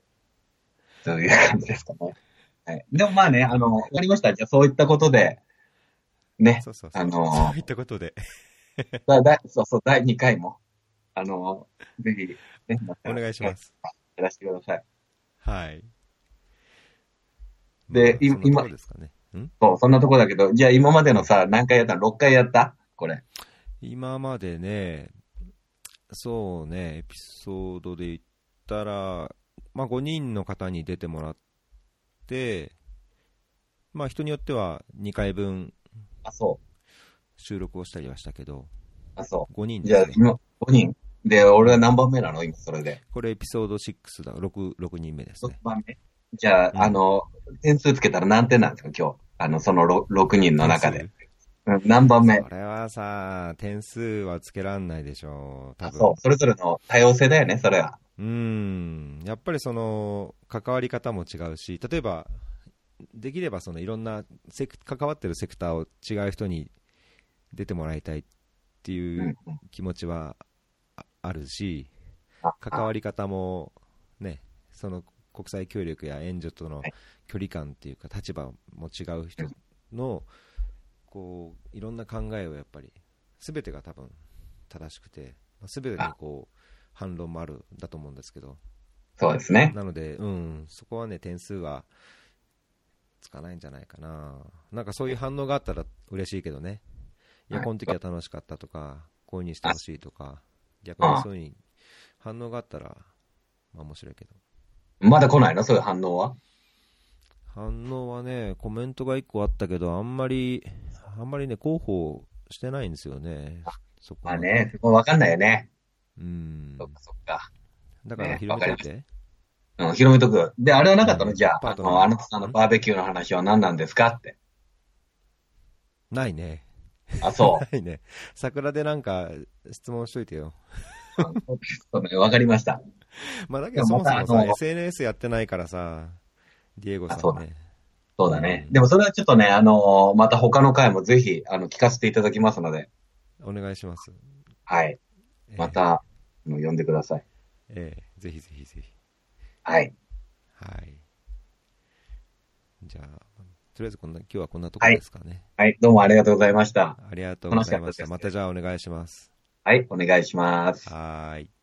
Speaker 1: という感じですかね。はい、でもまあね、あの、わかりました。じゃあそういったことで、ね、
Speaker 2: そうそうそう。
Speaker 1: あのー
Speaker 2: そういったこと で、
Speaker 1: だだそうそう、第2回も、あの、ぜひ、ね、また
Speaker 2: お願いしま。す。
Speaker 1: やらせてください。
Speaker 2: はい。
Speaker 1: でい
Speaker 2: そんなとこ
Speaker 1: 今
Speaker 2: ですかね。ん
Speaker 1: そう、そんなとこだけど、じゃあ今までのさ、何回やったの ?6 回やったこれ。
Speaker 2: 今までね、そうね、エピソードで言ったら、まあ、5人の方に出てもらって、まあ、人によっては2回分
Speaker 1: あ、そう。
Speaker 2: 収録をしたりはしたけど、
Speaker 1: あ、そ
Speaker 2: 5人
Speaker 1: う。じゃ
Speaker 2: で
Speaker 1: あ
Speaker 2: すね。
Speaker 1: 今、5人。で、俺は何番目なの今、それで。
Speaker 2: これエピソード6だ、6、6人目です
Speaker 1: 6
Speaker 2: ね。
Speaker 1: 番目じゃあ、
Speaker 2: うん
Speaker 1: あの、点数つけたら何点なんですか今日。あの、その 6, 人の中で。うん、何番目
Speaker 2: それはさ、点数はつけらんないでしょう、多
Speaker 1: あ、
Speaker 2: 分
Speaker 1: そう。それぞれの多様性だよね、それは。
Speaker 2: うーん、やっぱりその関わり方も違うし、例えば、できればそのいろんなセク関わってるセクターを違う人に出てもらいたいって
Speaker 1: う。
Speaker 2: いうん気持ちはああるし、
Speaker 1: あ
Speaker 2: 関わり方もね、その国際協力や援助との
Speaker 1: はい
Speaker 2: 距離感っていうか、立場も違う人のこういろんな考えをやっぱり、すべてが多分正しくて、すべてにこう反論もあるんだと思うんですけど、
Speaker 1: そうですね。
Speaker 2: なので、うん、そこはね、点数はつかないんじゃないかな、なんかそういう反応があったら嬉しいけどね、いや、
Speaker 1: はい
Speaker 2: この時は楽しかったとか、こういうふうにしてほしいとか、逆にそういうふうに反応があったら、まあ面白いけど、
Speaker 1: まだ来ないのそういう反応は。
Speaker 2: 反応はね、コメントが1個あったけど、あんまり、あんまりね、広報してないんですよね、そこ
Speaker 1: ま
Speaker 2: は
Speaker 1: あね、、そこわかんないよね。
Speaker 2: うん
Speaker 1: そっ、かそっか。
Speaker 2: だから
Speaker 1: ね
Speaker 2: 広めといて、
Speaker 1: うん、広めとく。で、あれはなかったの
Speaker 2: うん
Speaker 1: じゃあ、
Speaker 2: パー
Speaker 1: あ
Speaker 2: トナー
Speaker 1: の、あなたさんのバーベキューの話は何なんですかって。
Speaker 2: ないね、
Speaker 1: あ、そう。
Speaker 2: ないね、桜でなんか質問しといてよ。
Speaker 1: そうねわかりました。
Speaker 2: まあだけどそもそも
Speaker 1: でもま
Speaker 2: さ、
Speaker 1: たあの
Speaker 2: SNS やってないからさ、ディエゴさ
Speaker 1: あそうん
Speaker 2: ね。
Speaker 1: そうだね
Speaker 2: う。ん
Speaker 1: でもそれはちょっとね、あのーまた他の回もぜひ、あの、聞かせていただきますので、
Speaker 2: お願いします。
Speaker 1: はい。
Speaker 2: えー
Speaker 1: ま。た、あの呼んでください。
Speaker 2: ええぜひぜひぜひ。
Speaker 1: はい。
Speaker 2: はい。じゃあ、とりあえずこんな、今日はこんなところですかね。
Speaker 1: はい、どうもありがとうございました。
Speaker 2: ありがとうございまし
Speaker 1: 楽しか
Speaker 2: た。ま
Speaker 1: ったです
Speaker 2: たじゃあお願いします。
Speaker 1: はい、お願いします。
Speaker 2: はーい。